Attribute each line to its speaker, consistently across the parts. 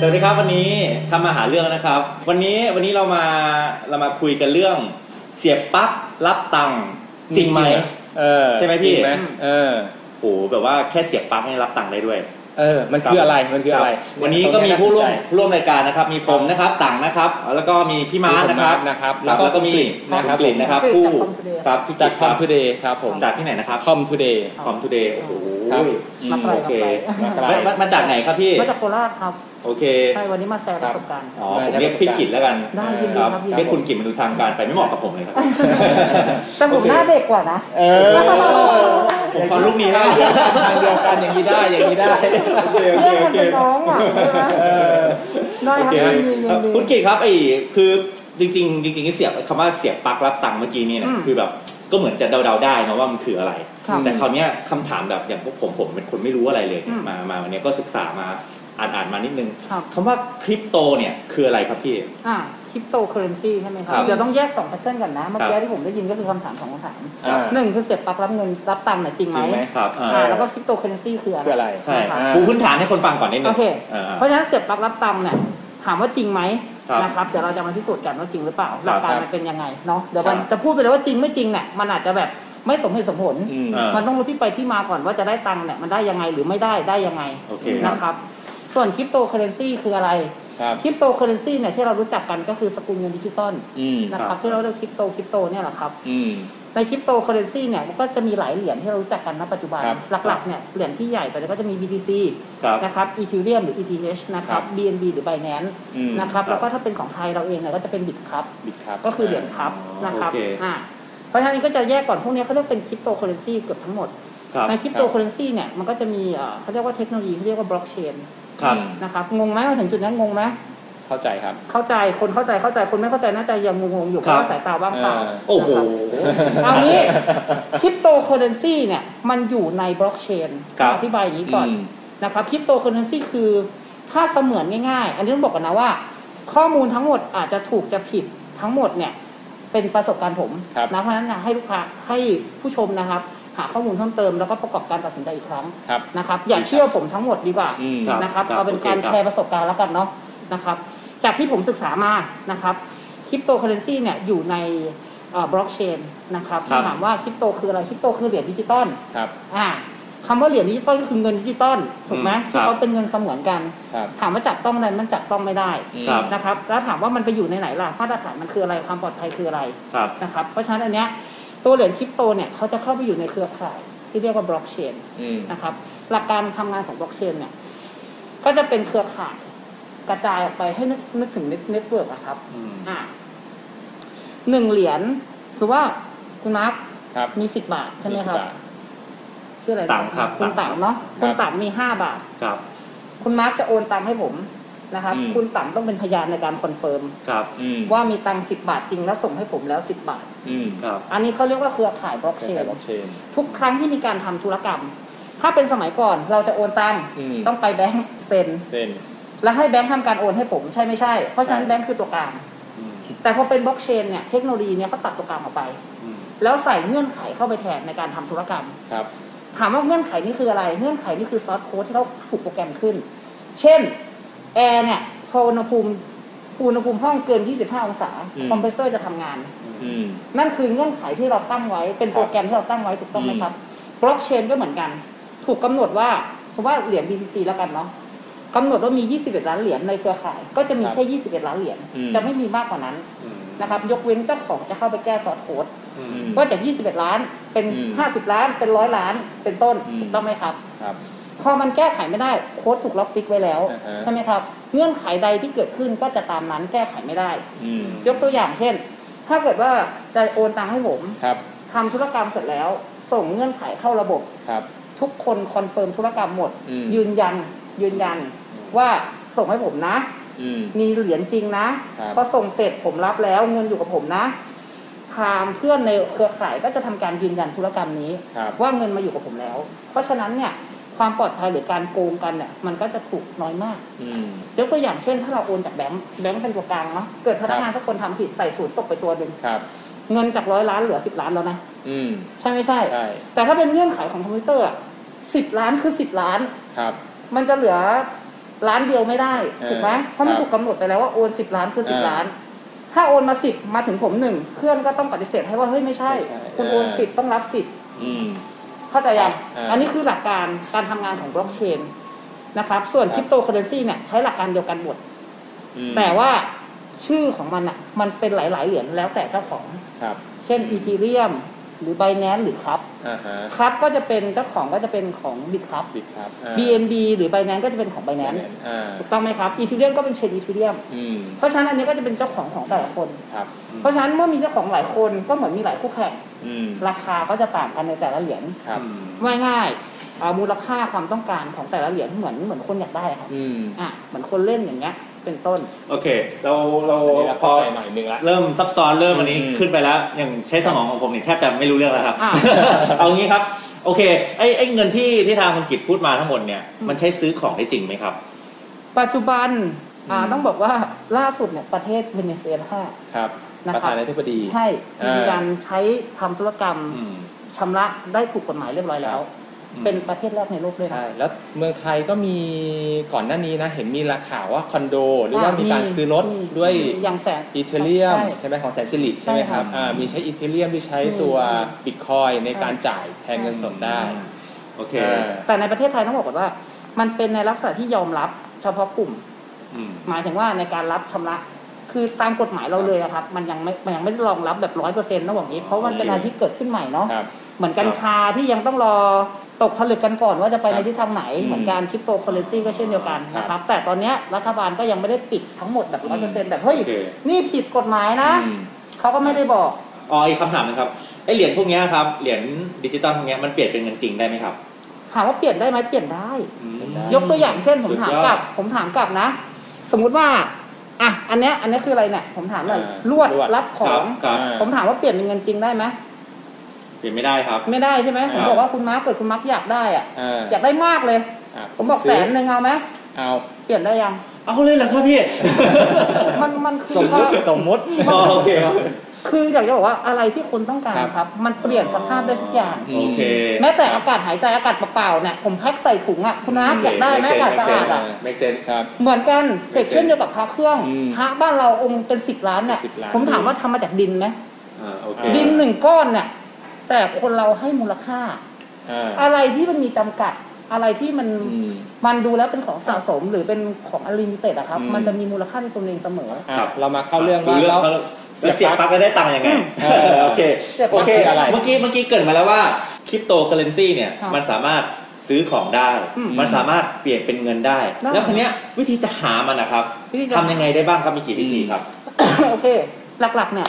Speaker 1: สวัสดีครับวันนี้ทำมาหาเรื่องนะครับ วันนี้วันนี้เรามาเรามาคุยกันเรื่อง เสียบปลั๊กรับตังค์จริงไหม
Speaker 2: เออ
Speaker 1: ใช่ไหมพี่
Speaker 2: จริงเออ
Speaker 1: โอ้โหแบบว่าแค่เสียบปลั๊กนี่รับตังค์ได้ด้วย
Speaker 2: เออ มันคืออะไร มันคืออะไร
Speaker 1: วันนี้
Speaker 2: ต
Speaker 1: ก็
Speaker 2: ง
Speaker 1: มี
Speaker 2: เย
Speaker 1: ผู้ร่วม
Speaker 2: น่าสนใจ
Speaker 1: ร่วมรายการนะครับ มีผมนะครับต่างนะครับ แล้วก็มีพี่มาร์คนะครับ
Speaker 2: พี่นะครับ
Speaker 1: ครับแล้วก็มี
Speaker 2: แล้ว
Speaker 1: คุ
Speaker 2: ก็
Speaker 1: ณกลิ่นนะครับ
Speaker 3: ผม
Speaker 1: ผู้ครับพี่
Speaker 2: จา
Speaker 3: จาก Comtoday
Speaker 2: กคอมทู
Speaker 1: จิ๊บ
Speaker 2: เดย์ครับผม
Speaker 1: จากที่ไหนนะครับ
Speaker 2: คอมทูเดย์
Speaker 1: คอมทูเดย์โอ้โห
Speaker 2: ครับ
Speaker 3: มาไกล
Speaker 1: โอเค
Speaker 3: มาไกล
Speaker 2: ไกล
Speaker 1: มามามาจากไหนครับพี่
Speaker 3: มาจากโคราชครับ
Speaker 1: โอเค
Speaker 3: ใช่วันนี้มาแชร์ประสบการณ์
Speaker 1: อ๋อผมเรียกพี่กิจแล้วกัน
Speaker 3: ได้ยินดี
Speaker 1: ครับ
Speaker 3: ครับยินดี
Speaker 1: เรียกคุณกิจมาดูทางการไปไม่เหมาะกับผมเลยครับ
Speaker 3: แต่ผมหน้าเด็กกว่านะ
Speaker 2: เออ
Speaker 1: ผมขอลูกนี้ได้
Speaker 2: ทางเดียวกันอย่างนี้ได้ อย่างนี้ได้
Speaker 1: โอเคโอเคโอเค
Speaker 3: เรียกมันเป็นน้องอะ
Speaker 2: เออ
Speaker 3: ได้
Speaker 1: โอ
Speaker 3: ครับ
Speaker 1: เค
Speaker 3: ยินดียินดี
Speaker 1: คุณกิจครับไอ้คือจริงๆจริงๆเสียบคำว่าเสียบปลั๊กรับตังค์เมื่อกี้นี่นะ
Speaker 3: อืม
Speaker 1: คือแบบก็เหมือนจะเดาๆได้นะว่ามันคืออะไร
Speaker 3: ครับ
Speaker 1: แต่คราวเนี้ยคำถามแบบอย่างพวกผมผมเป็นคนไม่รู้อะไรเลย
Speaker 3: อืม
Speaker 1: มามาวันเนี้ยก็ศึกษามาอ่านอ่านมานิดนึง
Speaker 3: ครับ
Speaker 1: คำว่าคริปโตเนี่ยคืออะไรครับพี่
Speaker 3: อ่าคริปโตเคอเรนซีใช่ไหมครั
Speaker 1: ครับ บ
Speaker 3: เดี๋ยวต้องแยก2แพทเทิร์นก่อนนะ เมื่อ
Speaker 1: ครั
Speaker 3: กี้
Speaker 1: บ
Speaker 3: ที่ผมได้ยินก็คือคำถามสองคำถาม
Speaker 2: อ่า
Speaker 3: หนึ่งคือเสียบปลั๊กรับเงินรับตังค์น่ะจริงไหม
Speaker 2: จริงไหม
Speaker 1: ครับอ่า
Speaker 3: อ่าแล้วก็คริปโตเคอเรนซีคืออะไร
Speaker 2: คืออะไร
Speaker 1: ใช่
Speaker 3: ครับ
Speaker 1: ปูพื้นฐานให้คนฟังก่อนนิดนึ
Speaker 3: โองเค
Speaker 1: อ่า
Speaker 3: เพราะฉะนั้นเสียบปลั๊กรับตังค์เนี่ยถามว่าจริงไหม
Speaker 1: ครับ
Speaker 3: นะครับ เดี๋ยวเราจะมาพิสูจน์กันว่าจริงหรือเปล่า หลักกา
Speaker 2: ค
Speaker 3: ร
Speaker 2: รับ
Speaker 3: มันเป็นยังไงเนาะ เดี๋ยวมัน
Speaker 1: ครับ
Speaker 3: จะพูดไปเลยว่าจริงไม่จริงเนี่ยมันอาจจะแบบไม่สมเหตุสมผล
Speaker 2: อืม
Speaker 1: อ่า
Speaker 3: มันต้องรู้ที่ไปที่มาก่อนว่าจะได้ตังค์เนี่ยมันได้ยังไงหรือไม่ได้ได้ยังไง
Speaker 1: โอเคครับ
Speaker 3: นะครับ ส่วนคริปโตเคอเรนซีคืออะไร
Speaker 2: ครับ
Speaker 3: คริปโตเคอเรนซีเนี่ยที่เรารู้จักกันก็คือสกุลเงินดิจิตอล
Speaker 2: อืม
Speaker 3: นะค
Speaker 1: ครั
Speaker 3: รับบ ที่เราเรียกคริปโตคริปโตเนี่ยแหละครับ
Speaker 2: อืม
Speaker 3: ในคริปโตเคอเรนซีเนี่ยมันก็จะมีหลายเหรียญที่เรารู้จักกันณปัจจุบัน
Speaker 2: ครับ
Speaker 3: หลักๆเนี่ยเหรียญที่ใหญ่ไปแล้วก็จะมี BTC
Speaker 1: ครับ
Speaker 3: นะครับ Ethereum หรือ ETH นะค
Speaker 2: ครั
Speaker 3: รับ
Speaker 2: บ
Speaker 3: BNB หรือ Binance
Speaker 2: อืม
Speaker 3: นะครั
Speaker 1: ครั
Speaker 3: บ
Speaker 1: บ
Speaker 3: แล้วก็ถ้าเป็นของไทยเราเองเนี่ยก็จะเป็น Bitcap
Speaker 2: บิดครับ
Speaker 3: ก็คือเหรียญครับนะครับ
Speaker 1: โอเค
Speaker 3: อ่าเพราะฉะนั้นก็จะแยกก่อนพวกเนี้ยเขาเรียกเป็นคริปโตเคอเรนซีเกือบทั้งหมด
Speaker 1: ครับ
Speaker 3: ในคริปโตเคอเรนซีเนี่ยมันก็จะมีเอ่อเขาเรียกว่าเทคโนโลยีเขาเรียกว่าบล็อกเชน
Speaker 1: ครับ
Speaker 3: นะครับงงไหมมาถึงจุดนั้นงงไหม
Speaker 2: เข้าใจครับ
Speaker 3: เข้าใจคนเข้าใจเข้าใจคนไม่เข้าใจน่าจะยังงงๆอยู่เพราะว่าสายตาว่างเปล่า
Speaker 2: เออ
Speaker 1: โอ้โห
Speaker 3: นะครับเอางี้คริปโตเคอเรนซีเนี่ยมันอยู่ในบล็อกเชน
Speaker 1: ครับ
Speaker 3: อธิบายอย่างนี้ก่อน
Speaker 2: อืม
Speaker 3: นะครับคริปโตเคอเรนซีคือ ถ้าเสมือนง่ายๆ อันนี้ต้องบอกกันนะว่า ข้อมูลทั้งหมดอาจจะถูกจะผิดทั้งหมดเนี่ยเป็นประสบการณ์ผม
Speaker 2: ครับ
Speaker 3: นะเพราะฉะนั้นนะให้ลูกค้าให้ผู้ชมนะครับ หาข้อมูลเพิ่มเติมแล้วก็ประกอบการตัดสินใจอีกครั้ง
Speaker 2: ครับ
Speaker 3: นะครับอย่าเชื่อผมทั้งหมดดีกว่า
Speaker 2: อืม
Speaker 1: ครับ
Speaker 3: นะครับเอาเป็นการ
Speaker 1: โอเคครับ
Speaker 3: แชร์ประสบการณ์แล้วกันเนาะนะครับ จากที่ผมศึกษามานะครับคริปโตเคอเรนซีเนี่ยอยู่ในบล็อกเชนนะครับ
Speaker 1: ครับ
Speaker 3: ถามว่าคริปโตคืออะไรคริปโตคือเหรียญดิจิตอล
Speaker 2: ครับ
Speaker 3: อ่าคำว่าเหรียญดิจิตอลก็คือเงินดิจิตอลถูกไหม
Speaker 1: ครั
Speaker 3: ที่
Speaker 1: บ
Speaker 3: เขาเป็นเงินเสมือนกัน
Speaker 2: ครับ
Speaker 3: ถามว่าจับต้องอะไรมันจับต้องไม่ได้
Speaker 1: ครับ
Speaker 3: นะครับ แล้วถามว่ามันไปอยู่ในไหนล่ะมาตรฐานมันคืออะไรความปลอดภัยคืออะไร
Speaker 1: ครับ
Speaker 3: นะครับเพราะฉะนั้นอันเนี้ยตัวเหรียญคริปโตเนี่ยเขาจะเข้าไปอยู่ในเครือข่ายที่เรียกว่าบล็อกเชน
Speaker 2: อืม
Speaker 3: นะครับหลักการทำงานของบล็อกเชนเนี่ยก็จะเป็นเครือข่ายกระจายออกไปให้นึกนึกถึงเน็ตเวิร์กอะครับ
Speaker 1: อืม
Speaker 3: อ่าหนึ่งเหรียญคือว่าคุณมาร์ค
Speaker 2: ครับ
Speaker 3: มีสิบบาทใช่ไหมครับ
Speaker 2: สิาท
Speaker 3: ชื่ออะไรนะ
Speaker 1: ตังค์ครับ
Speaker 3: คุณ
Speaker 1: ตั
Speaker 3: ต่าง ง
Speaker 1: ค์
Speaker 3: เนาะ
Speaker 2: ครับ
Speaker 3: คุณต่างมีห้าบาท
Speaker 1: ครับ
Speaker 3: คุณมาร์คจะโอนตังค์ให้ผมนะครับ
Speaker 2: อืม
Speaker 3: คุณต่างต้องเป็นพยานในการคอนเฟิร์ม
Speaker 1: ครับ
Speaker 2: อืม
Speaker 3: ว่ามีตังค์สิบบาทจริงแล้วส่งให้ผมแล้วสิบบาท
Speaker 2: อืม
Speaker 1: ครับ
Speaker 3: อันนี้เขาเรียกว่าเครือข่ายบล็อกเช
Speaker 2: ใช้
Speaker 3: น
Speaker 2: บล็อกเชน
Speaker 3: ทุกครั้งที่มีการทำธุรกรรม ถ้าเป็นสมัยก่อนเราจะโอนตังค์
Speaker 2: อืม
Speaker 3: ต้องไปแบงก์เซ็น
Speaker 2: เส้น
Speaker 3: แล้วให้แบงค์ทำการโอนให้ผมใช่ไม่ใช่ เพราะฉะนั้น
Speaker 2: ใช่
Speaker 3: แบงค์คือตัวกลาง แต่พอเป็นบล็อกเชนเนี่ยเทคโนโลยีเนี่ยก็ตัดตัวกลางออกไป แล้วใส่เงื่อนไขเข้าไปแทนในการทำธุรกรรม
Speaker 2: ครับ
Speaker 3: ถามว่าเงื่อนไขนี่คืออะไร เงื่อนไขนี่คือซอสโค้ดที่เขาถูกโปรแกรมขึ้น เช่นแอร์เนี่ยพออุณหภูมิอุณหภูมิห้องเกิน 25 องศา
Speaker 2: อืม
Speaker 3: คอมเพรสเซอร์จะทำงาน
Speaker 2: อืม
Speaker 3: นั่นคือเงื่อนไขที่เราตั้งไว้ เป็นโปรแกรมที่เราตั้งไว้ถูกต้องไหมครับบล็อกเชนก็เหมือนกัน ถูกกำหนดว่าสมมติว่าเหรียญ BTC แล้วกันเนาะกำหนดว่ามี 21 ล้านเหรียญในเครือข่าย ก็จะมี
Speaker 2: ครับ
Speaker 3: แค่ 21 ล้านเหรียญ
Speaker 2: อืม
Speaker 3: จะไม่มีมากกว่านั้นนะครับ ยกเว้นเจ้าของจะเข้าไปแก้ซอสโค้ด
Speaker 1: อืม
Speaker 2: อืม
Speaker 3: ว่าจาก 21 ล้านเป็น
Speaker 2: อืม
Speaker 3: 50 ล้านเป็นร้อยล้านเป็นต้น
Speaker 2: อืม
Speaker 3: ถูกต้องไหมครับ
Speaker 2: ครับ
Speaker 3: พอมันแก้ไขไม่ได้โค้ดถูกล็อกฟิกไว้แล้ว
Speaker 2: อ่าฮะ
Speaker 3: ใช่ไหมครับ เงื่อนไขใดที่เกิดขึ้นก็จะตามนั้นแก้ไขไม่ได้
Speaker 2: อืม
Speaker 3: ยกตัวอย่างเช่น ถ้าเกิดว่าจะโอนตังค์ให้ผม
Speaker 2: ครับ
Speaker 3: ทำธุรกรรมเสร็จแล้ว ส่งเงื่อนไขเข้าระบบ
Speaker 2: ครับ
Speaker 3: ทุกคนคอนเฟิร์มธุรกรรมหมด
Speaker 2: อืม
Speaker 3: ยืนยัน ยืนยันว่าส่งให้ผมนะ
Speaker 2: อืม
Speaker 3: มีเหรียญจริงนะครับ พอส่งเสร็จผมรับแล้วเงินอยู่กับผมนะทางเพื่อนในเครือข่ายก็จะทำการยืนยันธุรกรรมนี้
Speaker 2: ครับ
Speaker 3: ว่าเงินมาอยู่กับผมแล้ว เพราะฉะนั้นเนี่ยความปลอดภัยหรือการโกงกันเนี่ยมันก็จะถูกน้อยมาก
Speaker 2: อืม
Speaker 3: ยกตัวอย่างเช่น ถ้าเราโอนจากแบงค์แบงค์เป็นตัวกลางเนาะเกิดพนักงานทุกคนทำผิดใส่ศูนย์ตกไปตัวหนึ่ง
Speaker 2: ครับ
Speaker 3: เงินจากร้อยล้านเหลือสิบล้านแล้วนะ
Speaker 2: อืม
Speaker 3: ใช่ไม่ใช่
Speaker 2: ใช่
Speaker 3: แต่ถ้าเป็นเงื่อนไขของคอมพิวเตอร์สิบล้านคือสิบล้าน
Speaker 2: ครับ
Speaker 3: มันจะเหลือ ล้านเดียวไม่ได้ถูกไหม
Speaker 2: เออ
Speaker 3: เพราะมั
Speaker 2: ค
Speaker 3: น
Speaker 2: รับ
Speaker 3: ถูกกำหนดไปแล้วว่าโอนสิบล้านคือสิบ
Speaker 2: เออ
Speaker 3: ล้าน ถ้าโอนมาสิบมาถึงผมหนึ่งเครื่องก็ต้องปฏิเสธให้ว่าเฮ้ยไม่ใช่
Speaker 2: ไม่ใช่
Speaker 3: คุณโอน
Speaker 2: เออ
Speaker 3: สิบต้องรับสิบ
Speaker 2: อืม
Speaker 3: เข้าใจยัง
Speaker 2: อ่า
Speaker 3: อันนี้คือหลักการการทำงานของบล็อกเชนนะครับ ส่วน
Speaker 2: ครับ
Speaker 3: คริปโตเคอเรนซีเนี่ยใช้หลักการเดียวกันหมด
Speaker 2: อืม
Speaker 3: แต่ว่าชื่อของมันอ่ะ มันเป็นหลาย ๆ เหรียญแล้วแต่เจ้าของ
Speaker 2: ครับ
Speaker 3: เช่นอีทีเรียมหรือไบแนนหรือครับ
Speaker 2: อ่าฮะ
Speaker 3: ครับก็จะเป็นเจ้าของก็จะเป็นของบิตครับ
Speaker 2: บิดครับอ่า
Speaker 3: BNB หรือไบแนนก็จะเป็นของไบแนน
Speaker 2: อ่า
Speaker 3: ถูกต้องไหมครับอีทีเรียมก็เป็นเชนอีทีเรียม
Speaker 2: อืม
Speaker 3: เพราะฉะนั้นอันนี้ก็จะเป็นเจ้าของของแต่ละคน
Speaker 2: ครับ
Speaker 3: เพราะฉะนั้นเมื่อมีเจ้าของหลายคนก็เหมือนมีหลายคู่แข่ง
Speaker 2: อืม
Speaker 3: ราคาก็จะต่างกันในแต่ละเหรียญ
Speaker 2: ครับ
Speaker 1: อืม
Speaker 3: ว่าง่ายๆเอ่อมูลค่าความต้องการของแต่ละเหรียญเหมือนเหมือนคนอยากได้ครับ
Speaker 2: อืม
Speaker 3: อ่ะ เหมือนคนเล่นอย่างเงี้ย เป็นต้น
Speaker 1: โอเค เราเรา
Speaker 2: อันนี้เรา
Speaker 1: พ
Speaker 2: เข้า
Speaker 1: อ
Speaker 2: ใจหน่อยนึงละ
Speaker 1: เริ่มซับซ้อนเริ่มอันนี้
Speaker 2: อืม
Speaker 1: ขึ้นไปแล้ว อย่างใช้สมองของผมเนี่ยแทบจะไม่รู้เรื่องแล้วครับ
Speaker 3: อ่ะ
Speaker 1: เอางี้ครับ โอเค ไอ้ไอ้เงินที่ที่ทางคุณกิจพูดมาทั้งหมดเนี่ย มันใช้ซื้อของได้จริงไหมครับ
Speaker 3: ปัจจุบัน อ่า
Speaker 2: อืม
Speaker 3: ต้องบอกว่าล่าสุดเนี่ยประเทศเวเนซุเอลา
Speaker 2: ครับ
Speaker 3: นะ
Speaker 2: ป
Speaker 3: ครับ
Speaker 2: ระธานาธิบดี
Speaker 3: ใช่
Speaker 2: อ่ามี
Speaker 3: มีการใช้ทำธุรกรรม
Speaker 1: อืม
Speaker 3: ชำระได้ถูกกฎหมายเรียบร้อยแล้ว เป็นประเทศแรกในโลกเลยนะ
Speaker 2: ใช่แล้วเมืองไทยก็มีก่อนหน้านี้นะ เห็นมีราข่าวว่าคอนโด หรือว่า
Speaker 3: อ่ามี
Speaker 2: มีการซื้อรถ
Speaker 3: มี
Speaker 2: ด้วย
Speaker 3: อย่างแสน
Speaker 2: อีเทเรียม
Speaker 3: ใช่
Speaker 2: ใช่ไหมของแสนสิริใช่ไหม
Speaker 3: ใช่
Speaker 2: ค
Speaker 3: ค่ะ
Speaker 2: รับอ่ามีใช้อีเทเรียมที่ใช้ตัว
Speaker 3: อืม
Speaker 2: บิตคอยในการจ่ายแทนเงินสดได้
Speaker 1: โอเค
Speaker 2: อ่า
Speaker 3: แต่ในประเทศไทยต้องบอกก่อนว่า มันเป็นในลักษณะที่ยอมรับเฉพาะกลุ่ม
Speaker 1: อืม
Speaker 3: หมายถึงว่าในการรับชำระ คือตามกฎหมายเราเลยอะครับ มันยังไม่ มันยังไม่ได้รองรับแบบร้อยเปอร์เซ็นต์นะหวังนี้ เพราะมันเป็นอะไรที่เกิดขึ้นใหม่เนาะ
Speaker 2: ครับ
Speaker 3: เหมือนกัญชาที่ยังต้องรอตกผลึกกันก่อนว่าจะไปในทิศทางไหน
Speaker 1: อืม
Speaker 3: เหมือนการคริปโตเคอเรนซีก็เช่นเดียวกัน
Speaker 2: ครับ
Speaker 3: นะครับ แต่ตอนเนี้ยรัฐบาลก็ยังไม่ได้ปิดทั้งหมดแบบร้อยเปอร์เซ็นต์แบบเฮ้ย
Speaker 1: โอเค
Speaker 3: นี่ผิดกฎหมายนะ
Speaker 2: อืม
Speaker 3: เขาก็ไม่ได้บอก
Speaker 1: อ๋ออีกคำถามหนึงครับ ไอ้เหรียญพวกเนี้ยครับ เหรียญดิจิตอลพวกเนี้ยมันเปลี่ยนเป็นเงินจริงได้ไหมครับ
Speaker 3: ถามว่าเปลี่ยนได้ไหมเปลี่ยนได้
Speaker 1: อืม
Speaker 2: ได้
Speaker 3: ยกตัวอย่างเช่นผมถาม
Speaker 1: สุดยอด
Speaker 3: กลับ ผมถามกลับนะ สมมุติว่า อ่ะ อันเนี้ย อันเนี้ยคืออะไรเนี่ยผมถามหน่อย
Speaker 2: อ่า
Speaker 3: ลวด
Speaker 2: ลวด
Speaker 3: รับของ
Speaker 1: ครับ
Speaker 2: อ่า
Speaker 3: ผมถามว่าเปลี่ยนเป็นเงินจริงได้ไหม
Speaker 1: เปลี่ยนไม่ได้ครับ
Speaker 3: ไม่ได้ใช่ไหมผ
Speaker 2: ค
Speaker 3: ม
Speaker 2: รับ
Speaker 3: บอกว่าคุณมาร์คเกิดคุณมาร์คอยากได้อะ
Speaker 2: อ่า
Speaker 3: อยากได้มากเลย
Speaker 2: ะ
Speaker 3: ผมบอกแส
Speaker 2: ซื้
Speaker 3: นหนึ่งเอาไหม
Speaker 2: เอา
Speaker 3: เปลี่ยนได้ยัง
Speaker 1: เอาเลยเหรอครับพี่
Speaker 3: มันมัน
Speaker 2: ส
Speaker 3: คื
Speaker 2: ม
Speaker 3: อ
Speaker 2: มติ
Speaker 3: ว่า
Speaker 2: สมมติ
Speaker 1: อ๋อโอเคครับ
Speaker 3: คืออยากจะบอกว่าอะไรที่คนต้องการ
Speaker 2: ครับ
Speaker 3: ครับ มันเปลี่ยนสภาพได้ทุกอย่าง
Speaker 1: โอเค
Speaker 3: แม้แต่อากาศหายใจอากาศเปล่าๆเนี่ยผมแพ็คใส่ถุงอ่ะคุณน้าอยากได้ไหมอากาศสะอาดอ่ะ
Speaker 1: make sense make sense
Speaker 2: ครับ
Speaker 3: เหมือนกันเสกเช่นเดียวกับพระเครื่อง
Speaker 2: อืม
Speaker 3: พระบ้านเราองค์เป็นสิบล้านเนี่ย
Speaker 2: เป็น10ล้าน
Speaker 3: ผมถามว่าทำมาจากดินไหม
Speaker 1: อ่าโอเค
Speaker 3: ดินหนึ่งก้อนเนี่ยแต่คนเราให้มูลค่า
Speaker 2: อ่า
Speaker 3: อะไรที่มันมีจำกัด อะไรที่มัน
Speaker 2: อืม
Speaker 3: มันดูแล้วเป็นของสะสมหรือเป็นของอลิมิเต็ดอะครับ
Speaker 2: อืม
Speaker 3: มันจะมีมูลค่าในตัวเองเสมอ
Speaker 2: อ่าเรามาเข้าเรื่องว่า
Speaker 1: ดู
Speaker 2: แล้ว
Speaker 1: แล้วเสียบปลั๊กแล้วได้ตังค์ยังไง
Speaker 2: เออ
Speaker 1: โอเค
Speaker 3: เสียบปลั๊
Speaker 1: โอกเค
Speaker 2: คืออะไร
Speaker 1: เมื่อกี้เมื่อกี้เกริดมาแล้วว่าคริปโตเคอเรนซีเนี่ย
Speaker 3: ครับ
Speaker 1: มันสามารถซื้อของได้
Speaker 3: อืม
Speaker 1: มันสามารถเปลี่ยนเป็นเงินได้
Speaker 3: ได้
Speaker 1: แล้วคนเนี้ยวิธีจะหามันนะครับ
Speaker 3: วิธีจะ
Speaker 1: ทำยังไงได้บ้างครับมีกี่วิธี
Speaker 2: อืม
Speaker 1: ครับ
Speaker 3: โอเค หลักๆเนี่ย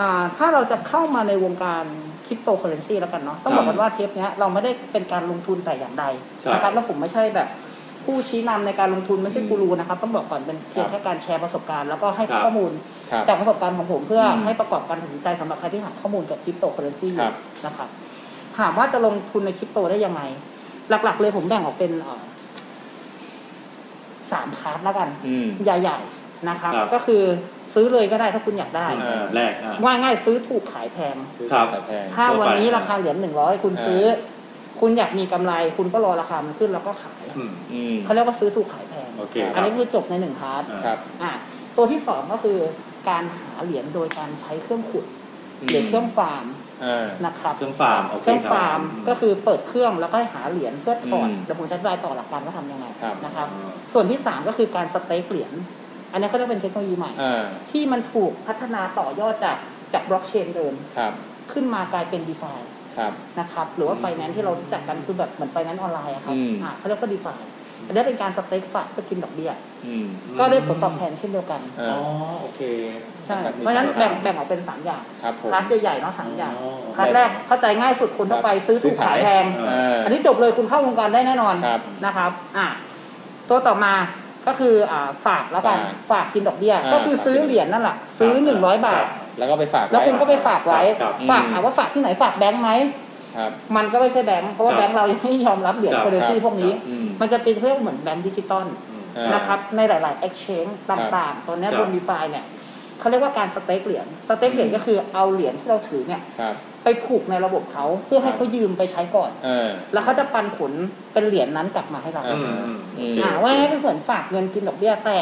Speaker 3: อ่าถ้าเราจะเข้ามาในวงการคริปโตเคอเรนซีแล้วกันเนาะต้องบอกกันว่าเทปเนี้ยเราไม่ได้เป็นการลงทุนแต่อย่างใด
Speaker 1: ใช่
Speaker 3: นะครับแล้วผมไม่ใช่แบบผู้ชี้นำในการลงทุนไม่ใช่กูรูนะครับ ต้องบอกก่อนเป็นเพีย
Speaker 2: ค
Speaker 3: ง
Speaker 2: รั
Speaker 3: แค่
Speaker 2: บ
Speaker 3: การแชร์ประสบการณ์แล้วก็ให้ข้อมูล
Speaker 2: ครับ
Speaker 3: จากประสบการณ์ของผมเพื่ออ
Speaker 2: ม
Speaker 3: ให้ประกอบการตัดสินใจสำหรับใครที่หาข้อมูลกับคริปโตเคอเรนซี
Speaker 2: ครับ
Speaker 3: นะครับถามว่าจะลงทุนในคริปโตได้ยังไง หลักๆ เลยผมแบ่งออกเป็นเอ่อสามพาร์ทแล้วกัน
Speaker 2: อืม
Speaker 3: ใหญ่ๆนะครับ
Speaker 1: ครับ
Speaker 3: ก็คือซื้อเลยก็ได้ถ้าคุณอยากได้
Speaker 2: อ่า
Speaker 1: แรกอ่ะ
Speaker 3: ว่าง่ายซื้อถูกขายแพง
Speaker 2: ซื้อ
Speaker 1: ครับ
Speaker 2: แต่แพง
Speaker 3: ถ้าวันนี้
Speaker 1: ทั่วไป
Speaker 3: ราคาเหรียญหนึ่งร้อยคุณ
Speaker 2: อ่า
Speaker 3: ซื้อ คุณอยากมีกำไรคุณก็รอราคามันขึ้นแล้วก็ขาย
Speaker 1: อืม
Speaker 2: อืม
Speaker 3: เขาเรียกว่าซื้อถูกขายแพง
Speaker 1: โอเคค
Speaker 3: อัน
Speaker 1: รับ
Speaker 3: นี้คือจบในหนึ่งพาร์ท
Speaker 1: อ่า
Speaker 2: ครับ
Speaker 3: อ่ะตัวที่สองก็คือการหาเหรียญโดยการใช้เครื่องขุดหรือเครื่องฟาร์ม
Speaker 2: อ่า
Speaker 3: นะครับ
Speaker 1: เครื่องฟาร์มโอเค
Speaker 3: เครื่อง
Speaker 1: คบ
Speaker 3: ฟาร์มก็คือเปิดเครื่องแล้วก็หาเหรียญเพื่อถอด
Speaker 2: อืม
Speaker 3: เดี๋ยวผมจะอธิบายต่อหลักการว่าทำยังไง
Speaker 2: ครับ
Speaker 3: นะครับ
Speaker 1: อ่า
Speaker 3: ส่วนที่สามก็คือการสเต็กเหรียญอันนี้เขาเรียกเป็นเทคโนโลยีใหม่
Speaker 2: อ่า
Speaker 3: ที่มันถูกพัฒนาต่อยอดจากจากบล็อกเชนเดิม
Speaker 2: ครับ
Speaker 3: ขึ้นมากลายเป็นดีฟา
Speaker 2: ครับ
Speaker 3: นะครับ หรือว่าไฟแนนซ์ที่เรารู้จักกันคือแบบเหมือนไฟแนนซ์ออนไลน์อะครับ
Speaker 2: อืม
Speaker 3: อ่ะเขาเรียกว่าดีฟาอันนี้เป็นการสเต็กฝากเพื่อกินดอกเบี้ย
Speaker 2: อืม
Speaker 3: ก็ได้ผลตอบแทนเช่นเดียวกัน
Speaker 2: อ่า
Speaker 1: อ๋อโอเค
Speaker 3: ใช่
Speaker 2: ครับ
Speaker 3: เพราะฉะนั้น
Speaker 2: มีสามอย่าง
Speaker 3: แบ่งแบ่งออกเป็น 3 อย่าง
Speaker 2: ครับผม
Speaker 3: พาร์ทใหญ่ๆเนาะสามอย่าง
Speaker 1: อ๋อ
Speaker 3: พาร์ทแรกเข้าใจง่ายสุดคนทั่วไปซื้อถูกขายแพง
Speaker 1: เอ
Speaker 2: อ่า
Speaker 3: อันนี้จบเลยคุณเข้าวงการได้แน่นอน
Speaker 2: ครับ
Speaker 3: นะครับ อ่ะตัวต่อมาก็คืออ่าฝากแล้วกัน
Speaker 2: ฝาก
Speaker 3: ฝากกินดอกเบี้ย
Speaker 2: อ่า
Speaker 3: ก็คือซื้อเหรียญนั่นแหละ ซื้อหนึ่งร้อยบาท
Speaker 2: แล้วก็ไปฝาก
Speaker 3: แล้ว
Speaker 2: ไว้
Speaker 3: คุณก็ไปฝากไว้
Speaker 1: ครับ
Speaker 3: ฝาก
Speaker 2: อืม
Speaker 3: ถามว่าฝากที่ไหนฝากแบงค์ไหม
Speaker 2: ครับ
Speaker 3: มันก็ไม่ใช่แบงค์เพราะว่า
Speaker 1: ครับ
Speaker 3: แบงค์เรายังไม่ย อมรับเหรียญ
Speaker 1: ครับ
Speaker 3: เคอเรนซี
Speaker 2: ครับ
Speaker 3: พวกนี้
Speaker 2: อืม
Speaker 3: มันจะเป็นเรียกว่าเหมือนแบงค์ดิจิตอล
Speaker 1: อืม
Speaker 2: อ่าน
Speaker 3: นะครับ ในหลาย ๆ exchange ต่าง ๆ ตอนนี้
Speaker 1: ครับ
Speaker 3: บนดีฟาเนี่ย เขาเรียกว่าการสเต็กเหรียญสเต็กเหรียญก็คือเอาเหรียญที่เราถือเนี่ย
Speaker 2: ครับ
Speaker 3: ไปผูกในระบบเขาเพื่อให้เขายืมไปใช้ก่อน
Speaker 2: เออ
Speaker 3: แล้วเขาจะปันผลเป็นเหรียญนั้นกลับมาให้เรา
Speaker 2: อื
Speaker 1: อื
Speaker 2: ม
Speaker 1: มอืมโอเค
Speaker 3: อ่าว่าให้เหมือนฝากเงินกินดอกเบี้ยแต่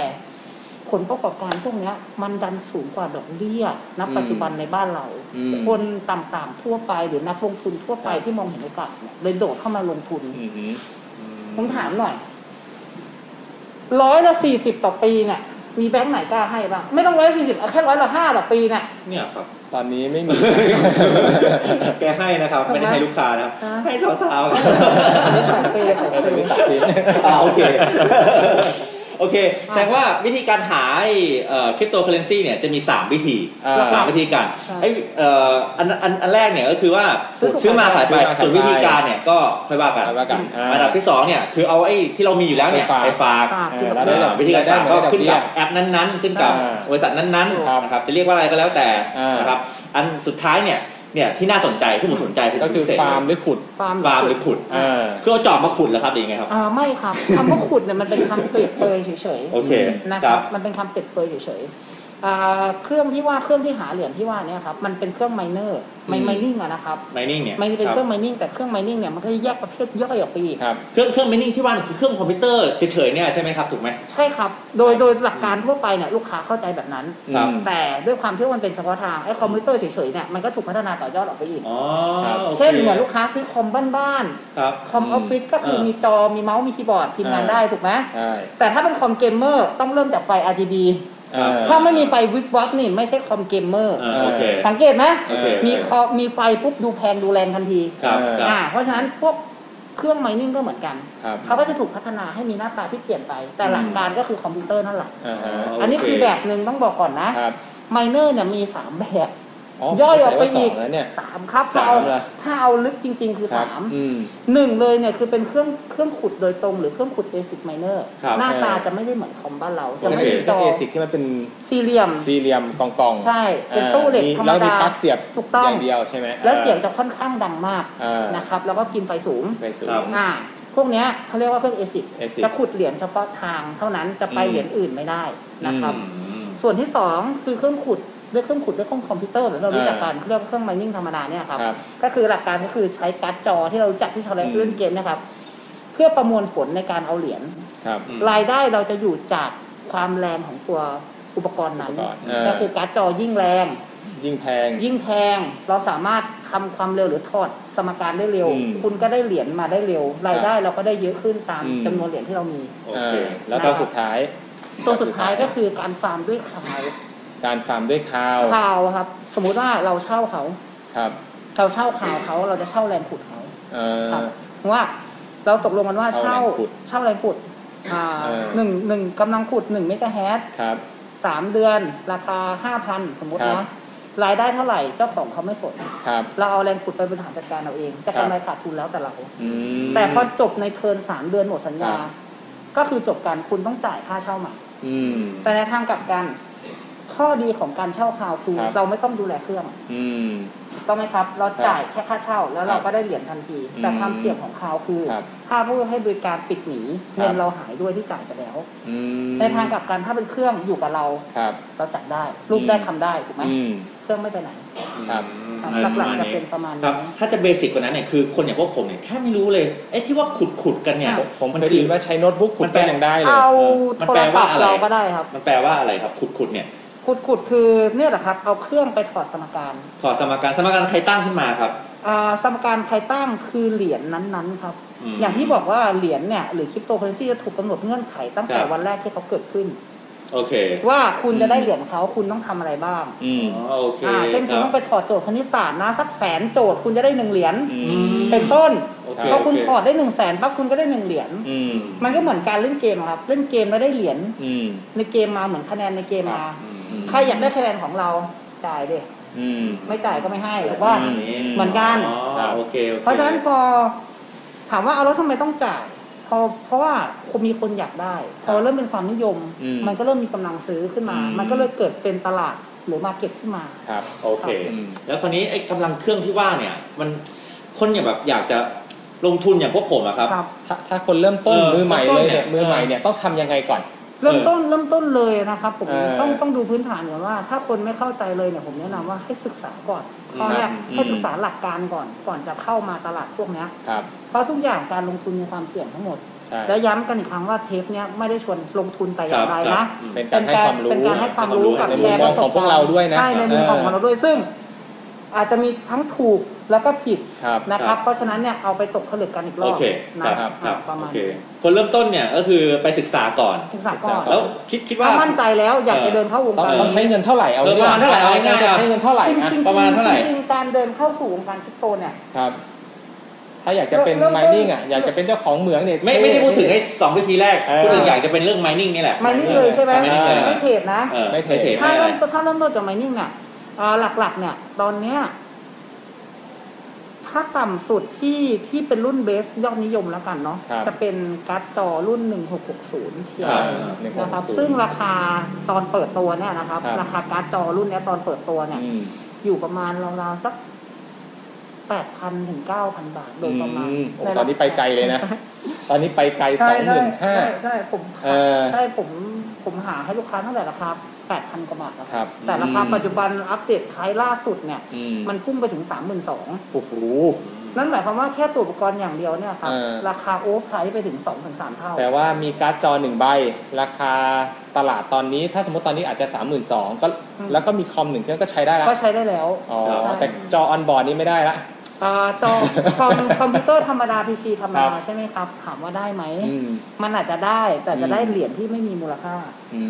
Speaker 3: ผลประกอบการพวกเนี้ย มันดันสูงกว่าดอกเบี้ยณ
Speaker 2: อืม
Speaker 3: ปัจจุบันในบ้านเรา
Speaker 2: อืม
Speaker 3: คนต่างๆทั่วไปหรือนักลงทุนทั่วไป
Speaker 2: ครับ
Speaker 3: ที่มองเห็นโอกาสเนี่ยเลยโดดเข้ามาลงทุน
Speaker 2: อืมอืม
Speaker 3: ผมถามหน่อยร้อยละสี่สิบต่อปีเนี่ย มีแบงค์ไหนกล้าให้บ้างไม่ต้องร้อยสี่สิบแค่ร้อยละห้าต่อปีเนี่ย
Speaker 1: เนี่ย ครับ
Speaker 2: ตอนนี้ไม่มี
Speaker 1: แกให้นะครับ ไม่ได้ให้ลูกค้านะครับ
Speaker 3: ฮะ
Speaker 1: ให้สาวๆ
Speaker 3: สองปีสอง
Speaker 2: ไม่
Speaker 3: ปี
Speaker 2: มีตัดสิน
Speaker 1: อ่าโอเค โอเค
Speaker 3: อ่า
Speaker 1: แสดงว่าวิธีการหาคริปโตเคอเรนซีเนี่ยจะมี 3 วิธี
Speaker 2: อ่า
Speaker 1: สามวิธีการ
Speaker 3: ใช่
Speaker 1: ไอเอ่ออันอันอันแรกเนี่ยก็คือว่า
Speaker 3: ซื้อถูก
Speaker 1: ซื้อมาขายไปส่
Speaker 2: ซื้อมาขายไป
Speaker 1: วนวิธีการเนี่ยก็ค่อยว่ากัน
Speaker 2: ค่อยว่ากันอ่า
Speaker 1: อันดับที่ 2 เนี่ยคือเอาไอ้ที่เรามีอยู่แล้วเนี่ย
Speaker 2: ไปฝาก
Speaker 1: ไปฝาก
Speaker 3: ฝาก
Speaker 2: เอ
Speaker 3: กิน
Speaker 2: อ
Speaker 3: ดอก
Speaker 2: แล้วได้ดอก
Speaker 3: เบี้ย
Speaker 1: วิธีการฝากก็
Speaker 2: ได้ดอก
Speaker 1: ขึ้น
Speaker 2: เบี้ย
Speaker 1: กับแอปนั้นๆ ขึ้นกับ
Speaker 2: อ่า
Speaker 1: บริษัทนั้น
Speaker 2: ครับ
Speaker 1: ๆนะครับจะเรียกว่าอะไรก็แล้วแต่นะครับอันสุดท้ายเนี่ยเนี่ยที่น่าสนใจที่ผมสนใจเป็น
Speaker 2: ก็คือ
Speaker 1: พิเศษ
Speaker 2: ฟาร์มหรือขุด
Speaker 3: ฟาร์ม
Speaker 1: ฟาร์มหรือขุด
Speaker 2: เออ
Speaker 1: คือเอาจอบมาขุดเหรอครับหรือยังไงครับ
Speaker 3: อ่าไม่ครับคำว่าขุดเนี่ยมันเป็นคำเปรียบเปรยเฉย
Speaker 1: โอเค
Speaker 3: ๆนะ
Speaker 1: ค
Speaker 3: ค
Speaker 1: รั
Speaker 3: รับ บ มันเป็นคำเปรียบเปรยเฉยๆอ่าเครื่องที่ว่าเครื่องที่หาเหรียญที่ว่าเนี่ยครับมันเป็นเครื่องไมเนอร์ไม
Speaker 1: อืม
Speaker 3: ไมนิ่งอะนะครับ
Speaker 1: ไมนิ่งเนี่ย
Speaker 3: ไม่ได้เป็น
Speaker 1: คบ
Speaker 3: เครื่องไมนิ่งแต่เครื่องไมนิ่งเนี่ยมันก็จะแยกประเภทย่อยออกไปอีก
Speaker 2: ครับ
Speaker 1: เครื่องเครื่องไมนิ่งที่ว่าคือเครื่องคอมพิวเตอร์เฉยๆเนี่ยใช่ไหมครับ ถูกไหม
Speaker 3: ใช่ครับ โดยโดยหลักการทั่วไปเนี่ยลูกค้าเข้าใจแบบนั้น
Speaker 1: ครับ
Speaker 2: อืม
Speaker 3: แต่ด้วยความที่มันเป็นเฉพาะทางไอ้คอมพิวเตอร์เฉยๆเนี่ยมันก็ถูกพัฒนาต่อยอดออกไปอีก
Speaker 1: อ๋อ
Speaker 2: ครับ
Speaker 1: โค
Speaker 3: เช่นเหมือนลูกค้าซื้อคอมบ้าน
Speaker 1: ครับ
Speaker 3: ๆคอมออฟฟิศก็คือ
Speaker 1: เออ
Speaker 3: มีจอมีเมาส์มีคีย์บอร์ดพิมพ์งานได้ถูกไหม
Speaker 2: ใช่
Speaker 3: แต่ถ้าเป็นคอมเกมเมอร์ต้องเริ่มจากไฟ RGB
Speaker 2: เออ
Speaker 3: ถ้าไม่มีไฟวิบวับนี่ไม่ใช่คอมเกมเมอร์
Speaker 1: อ่าโอเค
Speaker 3: สังเกตไหม
Speaker 1: โอเค
Speaker 3: มีคอมีไฟปุ๊บดูแพงดูแรงทันที
Speaker 1: ครับครับ
Speaker 3: อ่าเพราะฉะนั้นพวกเครื่องไมนิ่งก็เหมือนกัน
Speaker 2: ครับ
Speaker 3: เขาก็จะถูกพัฒนาให้มีหน้าตาที่เปลี่ยนไป แต่หลักการก็คือคอมพิวเตอร์นั่นแหละ
Speaker 2: อ่าฮะ
Speaker 1: โอเค
Speaker 3: อันนี้คือแบบหนึ่งต้องบอกก่อนนะครับ ไมเนอร์เนี่ยมี 3 แบบ ย่
Speaker 2: ย่
Speaker 3: อ
Speaker 2: อย ยอ
Speaker 3: ออ
Speaker 2: อก ก
Speaker 3: ไป
Speaker 2: ไป
Speaker 3: อี
Speaker 2: อี
Speaker 3: ก
Speaker 2: กแล้วเนี่ย
Speaker 3: 3 ครับ
Speaker 2: สาม
Speaker 3: เรา
Speaker 2: เหรอ
Speaker 3: ถ้าเอาลึกจริง ๆ คือ
Speaker 2: ครับ
Speaker 3: 3
Speaker 2: อืม
Speaker 3: หนึ่งเลยเนี่ยคือเป็นเครื่องเครื่องขุดโดยตรงหรือเครื่องขุด ASIC miner
Speaker 1: ครับ
Speaker 3: หน้าตา
Speaker 2: เออ
Speaker 3: จะไม่ได้เหมือนคอมบ้านเรา
Speaker 2: จะ
Speaker 3: จะ
Speaker 2: ไม่
Speaker 3: ไม่
Speaker 2: เห็
Speaker 3: มี
Speaker 2: น
Speaker 3: จ
Speaker 2: เจ้า
Speaker 3: อ
Speaker 2: เอซิกที่มันเป็น
Speaker 3: สี่เหลี่ยม
Speaker 2: สี่เหลี่ยมกองกองๆ
Speaker 3: ใช่เป็นตู้เหล็ก
Speaker 2: อ่า
Speaker 3: ธรรม
Speaker 2: แล้วมี
Speaker 3: ดา
Speaker 2: ปลั๊กเสียบ
Speaker 3: ถูกต้อง
Speaker 2: ย่างเดียวใช่ไหม
Speaker 3: และเสียง
Speaker 2: อ่า
Speaker 3: จะค่อนข้างดังมาก
Speaker 2: อ่าน
Speaker 3: นะครับ แล้วก็กินไฟสูง
Speaker 2: ไปสูง
Speaker 1: ครับ
Speaker 3: อ่าพวกเนี้ยเขาเรียกว่าเครื่อง ASIC
Speaker 2: ASIC
Speaker 3: จะขุดเหรียญเฉพาะทางเท่านั้นจะไป
Speaker 2: อืม
Speaker 3: เหรียญอื่นไม่ได้นะครับ
Speaker 1: อืม
Speaker 3: ส่วนที่สองคือเครื่องขุดด้วยเครื่องขุดด้วยเครื่องคอมพิวเตอร์หรือเรารู้
Speaker 2: อ่า
Speaker 3: จักกันเขาเรียกว่าเครื่องไมนิ่งธรรมดาเนี่ยครับ
Speaker 2: ครับ
Speaker 3: ก็คือหลักการก็คือใช้การ์ดจอที่เรารู้จักที่ชาว
Speaker 2: อืม
Speaker 3: เล่นเกมเนะครับ เพื่อประมวลผลในการเอาเหรียญ
Speaker 2: ครับ
Speaker 1: อืม
Speaker 3: รายได้เราจะอยู่จากความแรงของตัวอุปกรณ์นั้น
Speaker 2: อุปกรณ์อ่า
Speaker 3: ก็คือการ์ดจอยิ่งแรง
Speaker 2: ยิ่งแพง
Speaker 3: ยิ่งแพงเราสามารถทำความเร็วหรือถอดสมการได้เร็ว
Speaker 2: อืม
Speaker 3: คุณก็ได้เหรียญมาได้เร็ว รายได้เราก็ได้เยอะขึ้นตาม
Speaker 2: อืม
Speaker 3: จำนวนเหรียญที่เรามี
Speaker 1: โอ
Speaker 2: อ่า
Speaker 1: เค
Speaker 2: แล้วตัวสุดท้าย
Speaker 3: ตัวสุดท้ายก็คือการฟาร์มด้วยคาว
Speaker 2: การฟาร์มด้วยคาว
Speaker 3: คาวครับ สมมุติว่าเราเช่าเขา
Speaker 2: ครับ
Speaker 3: เราเช่าคาวเขาเราจะเช่าแรงขุดเขา
Speaker 2: เออ
Speaker 3: ครับเพราะว่าเราตกลงกันว่าเช่าเช่าแรงขุดอ่า
Speaker 2: เออ
Speaker 3: หนึ่งหนึ่งกำลังขุดหนึ่งเมกะแฮต
Speaker 2: ครับ
Speaker 3: สามเดือนราคาห้าพันสมมติ
Speaker 2: ครับ
Speaker 3: นะรายได้เท่าไหร่เจ้าของเขาไม่สน
Speaker 2: ครับ
Speaker 3: เราเอาแรงขุดไปบริหารจัดการเอาเอง จะกำไรขาดทุนแล้วแต่เรา
Speaker 2: อืม
Speaker 3: แต่พอจบในเทิร์นสามเดือนหมดสัญญา
Speaker 2: ครับ
Speaker 3: ก็คือจบกันคุณต้องจ่ายค่าเช่าใหม่
Speaker 2: อืม
Speaker 3: แต่ในทางกลับกัน ข้อดีของการเช่าคราวคือ
Speaker 2: ครับ
Speaker 3: เราไม่ต้องดูแลเครื่อง
Speaker 2: อืม
Speaker 3: ถูกต้องไหมครับ เราจ่ายแค่ค่าเช่า แล้วเรา
Speaker 2: ครับ
Speaker 3: ก็ได้เหรียญทันที แต่
Speaker 2: อืม
Speaker 3: ความเสี่ยงของคราวคือ
Speaker 2: ครับ
Speaker 3: ถ้าผู้ให้บริการปิดหนีเงิ
Speaker 2: ครั
Speaker 3: น
Speaker 2: บ
Speaker 3: เราหายด้วยที่จ่ายไปแล้ว
Speaker 2: อืม
Speaker 3: ในทางกลับกันถ้าเป็นเครื่องอยู่กับเรา
Speaker 2: ครับ
Speaker 3: เราจับได้รูป
Speaker 2: อืม
Speaker 3: ได้คำได้ถูกไหม
Speaker 2: อืม
Speaker 3: เครื่องไม่ไปไหน
Speaker 2: ครับ
Speaker 3: ครับ
Speaker 1: อืม
Speaker 3: หลักๆจะเป็นประมาณ
Speaker 1: ครั
Speaker 3: นี้
Speaker 1: บ ถ้าจะเบสิกกว่านั้นเนี่ยคือคนอย่างพวกผมเนี่ยแค่ไม่รู้เลยไอ้ที่ว่าขุดขุดๆกันเนี่ย
Speaker 3: อ่ะ
Speaker 2: ผม
Speaker 1: น
Speaker 2: เคย
Speaker 1: คือ
Speaker 2: ได้ยินว่าใช้โน้ตบุ๊กขุ
Speaker 1: มั
Speaker 2: ด
Speaker 1: นแปล
Speaker 2: ก็ยังได้เลย
Speaker 3: เอา
Speaker 1: มัน
Speaker 3: โท
Speaker 1: แป
Speaker 3: ร
Speaker 1: ล
Speaker 3: ศั
Speaker 1: ว่า
Speaker 3: พท์
Speaker 1: อะไร
Speaker 3: เราก็ได้ครับ
Speaker 1: มันแปลว่าอะไรครับขุดขุดๆเนี่ย
Speaker 3: ขุดขุดคือเนี่ยแหละครับ เอาเครื่องไปถอดสมการ
Speaker 1: ขอสมการสมการใครตั้งขึ้นมาครับ
Speaker 3: อ่าสมการใครตั้งคือเหรียญนั้นๆครับ
Speaker 1: อืม
Speaker 3: อย่างที่บอกว่าเหรียญเนี่ยหรือคริปโตเคอเรนซีจะถูกกำหนดเงื่อนไขตั้งแต่
Speaker 1: ครับ
Speaker 3: วันแรกที่เขาเกิดขึ้น
Speaker 1: โอเค
Speaker 3: ว่าคุณจะได้
Speaker 2: อืม
Speaker 3: เหรียญเขาคุณต้องทำอะไรบ้าง
Speaker 2: อืม
Speaker 1: อ๋อโอเค
Speaker 3: อ่าเช่น
Speaker 1: ค
Speaker 3: คุณ
Speaker 1: รับ
Speaker 3: ต้องไปถอดโจทย์คณิตศาสตร์นะสักแสนโจทย์คุณจะได้หนึ่งเหรียญ
Speaker 2: อื
Speaker 1: ม
Speaker 2: ม
Speaker 3: เป็นต้น
Speaker 1: โอเค
Speaker 3: พอคุณ
Speaker 1: โเ
Speaker 3: ถอดได้หนึ่งแสนปั๊บคุณก็ได้หนึ่งเหรียญ
Speaker 2: อืม
Speaker 3: มันก็เหมือนการเล่นเกมอะครับเล่นเกมแล้วได้เหรียญ
Speaker 2: อืม
Speaker 3: ในเกมมาเหมือนคะแนนในเกมมา
Speaker 1: อืม
Speaker 2: อืม
Speaker 3: ใครอยากได้คะแนนของเราจ่ายดิ
Speaker 2: อืม
Speaker 3: ไม่จ่ายก็ไม่ให้หรือว่า
Speaker 2: อืม
Speaker 3: เหมือนกัน
Speaker 1: อ๋อโอเคโอค
Speaker 3: เพราะฉะนั้นพอ ถามว่าเอาแล้วทำไมต้องจ่าย พอเพราะว่าคนมีคนอยากได้ พอเริ่มเป็นความนิยม
Speaker 2: อืม
Speaker 3: มันก็เริ่มมีกำลังซื้อขึ้นมา
Speaker 2: อืม
Speaker 3: มันก็เลยเกิดเป็นตลาดหรือมาเก็ตขึ้นมา
Speaker 2: ครับ
Speaker 1: โอเค
Speaker 2: อืม
Speaker 1: แล้วคราวนี้ไอ้กำลังเครื่องที่ว่าเนี่ย มันคนอย่างแบบอยากจะลงทุนอย่างพวกผมอะครับ
Speaker 3: ครับ
Speaker 2: ถ้าถ้าคนเริ่มต้น
Speaker 1: เออ
Speaker 2: มือใหม่
Speaker 1: เริ่ม
Speaker 2: เลย
Speaker 1: ต้นเนี่
Speaker 2: เนี่ยยมือใหม่
Speaker 1: เออ
Speaker 2: เนี่ยต้องทำยังไงก่อน
Speaker 3: เริ่มต้นเริ่มต้นเลยนะครับผม
Speaker 2: เออ
Speaker 3: ต้องต้องดูพื้นฐานก่อนว่า ถ้าคนไม่เข้าใจเลยเนี่ยผมแนะนำว่าให้ศึกษาก่อนข้อแรก
Speaker 2: อืม
Speaker 3: ให้ศึกษาหลักการก่อนก่อนจะเข้ามาตลาดพวกเนี้ย
Speaker 2: ครับ
Speaker 3: เพราะทุกอย่างการลงทุนมีความเสี่ยงทั้งหมด
Speaker 2: ใช่
Speaker 3: และย้ำกันอีกครั้งว่าเทปเนี้ยไม่ได้ชวนลงทุนแต่อย่างใด
Speaker 1: ครั
Speaker 3: นะ
Speaker 1: บ
Speaker 2: เป็นการให้ความรู้
Speaker 3: เป็นการให้ความรู้กับ
Speaker 1: ในมุ
Speaker 3: แช
Speaker 1: มมอ
Speaker 3: ร์ป
Speaker 1: ง
Speaker 3: ระสบ
Speaker 2: ของพวกเราด้วยนะ
Speaker 3: ใช่ในมุมมองของเราด้วยซึ่ง อาจจะมีทั้งถูกแล้วก็ผิด
Speaker 2: ครับ
Speaker 3: นะครับ เพราะฉะนั้นเนี่ยเอาไปตกผลึกกันอีกรอ
Speaker 1: โอบ เค
Speaker 3: นะครับอ่า
Speaker 1: ครับ
Speaker 3: ประ
Speaker 1: โอ
Speaker 3: มาณ
Speaker 1: เคคนเริ่มต้นเนี่ยก็คือไปศึกษาก่อน
Speaker 3: ศึกษาก่อน
Speaker 2: ศึกษาก่อ
Speaker 1: แล้วคิดคิดว่า
Speaker 3: ถ้ามั่นใจแล้วอยากจะเดินเข้าวง
Speaker 2: ต้อง
Speaker 3: การ
Speaker 2: ต้องใช้เงินเท่าไหร่เอา
Speaker 1: เออประมาณเท่าไหร่เอาง่ายๆ
Speaker 2: จะใช้เงินเท่าไหร่
Speaker 3: จริงๆ
Speaker 2: นะ
Speaker 3: จริงๆ
Speaker 1: ประมาณเท่าไหร่
Speaker 3: จริงๆการเดินเข้าสู่วงการคริปโตเนี่ย
Speaker 2: ครับ ถ้าอยากจะเป็น
Speaker 3: เริ่มต้
Speaker 2: ม
Speaker 3: น
Speaker 2: i นิ่งอ่ะอยากจะเป็นเจ้าของเหมืองเนี่ย
Speaker 1: ไม่ไม่ได้พูดถึงไอ้สองวิธีแรก
Speaker 2: เออ
Speaker 1: พูดถึงอยากจะเป็นเรื่อง mining นี่แหละ
Speaker 3: ไมนิ่งเลยใช่ไหม
Speaker 1: ไม่ได้เลย
Speaker 3: ไม่เทรดนะ
Speaker 1: เออ
Speaker 2: ไม่
Speaker 1: ไม่
Speaker 2: เท
Speaker 1: เท
Speaker 2: รด
Speaker 1: รด
Speaker 3: ถ้า
Speaker 1: ไม่อะไร
Speaker 3: เริ่มถ้าเริ่มต้นจากไมนิ่งเนี่ยอ่าหลักๆ เนี่ย ตอนเนี้ยถ้าต่ำสุดที่ที่เป็นรุ่นเบสยอดนิยมแล้วกันเนาะ
Speaker 2: ครับ
Speaker 3: จะเป็นการ์ดจอรุ่น 1660 Ti
Speaker 1: ครับ
Speaker 3: นะครับ
Speaker 2: 1660
Speaker 3: ซึ่งราคาตอนเปิดตัวเนี่ยนะครับ
Speaker 2: ครับ
Speaker 3: ราคาการ์ดจอรุ่นเนี้ยตอนเปิดตัวเนี่ย
Speaker 2: อืม
Speaker 3: อยู่ประมาณราวๆสัก 8,000 ถึง 9,000 บาทโดยประมาณ
Speaker 2: อืมโอ้ตอนนี้ไปไกลเลยนะ ตอนนี้ไปไกลส
Speaker 3: ใช่
Speaker 2: องห
Speaker 3: ใช่
Speaker 2: มื่นห้า
Speaker 3: ใช่ใช่ผม
Speaker 2: เออ
Speaker 3: ใช่ผมผมหาให้ลูกค้าตั้งแต่ราคา 8,000 กว่าบาทแล้ว
Speaker 2: ครับ
Speaker 3: แต่ราคา
Speaker 2: อืม
Speaker 3: ปัจจุบันอัปเดตท้ายล่าสุดเนี่ย
Speaker 2: อื
Speaker 3: มันพุ่งไปถึง 3 2 0 0
Speaker 2: โอ้โห
Speaker 3: 0นั่นหมายความว่าแค่ตัวอุปกรณ์อย่างเดียวเนี่ยครับ
Speaker 2: เออ
Speaker 3: ราคาโอเวอร์ไพรส์ไปถึง2ถึง3เท่า
Speaker 2: แต่ว่ามีการ์ดจอหนึ่งใบ ราคาตลาดตอนนี้ ถ้าสมมติตอนนี้อาจจะ 3 2 0 0 0ก็
Speaker 3: อืม
Speaker 2: แล้วก็มีคอมหนึ่งเครื่องก็ใช้ได้ละ
Speaker 3: ก็ใช้ได้แล้ว
Speaker 2: อ๋อ แต่จอออนบอร์ดนี่ไม่ได้ละ
Speaker 3: อ่าจอคอม คอมพิวเตอร์ธรรมดา PC ธรรม
Speaker 2: ครั
Speaker 3: ดา
Speaker 2: บ
Speaker 3: ใช่ไหมครับ ถามว่าได้ไหม
Speaker 2: อืม
Speaker 3: มันอาจจะได้แต่จะ
Speaker 2: อืม
Speaker 3: ได้เหรียญที่ไม่มีมูลค่า
Speaker 2: อื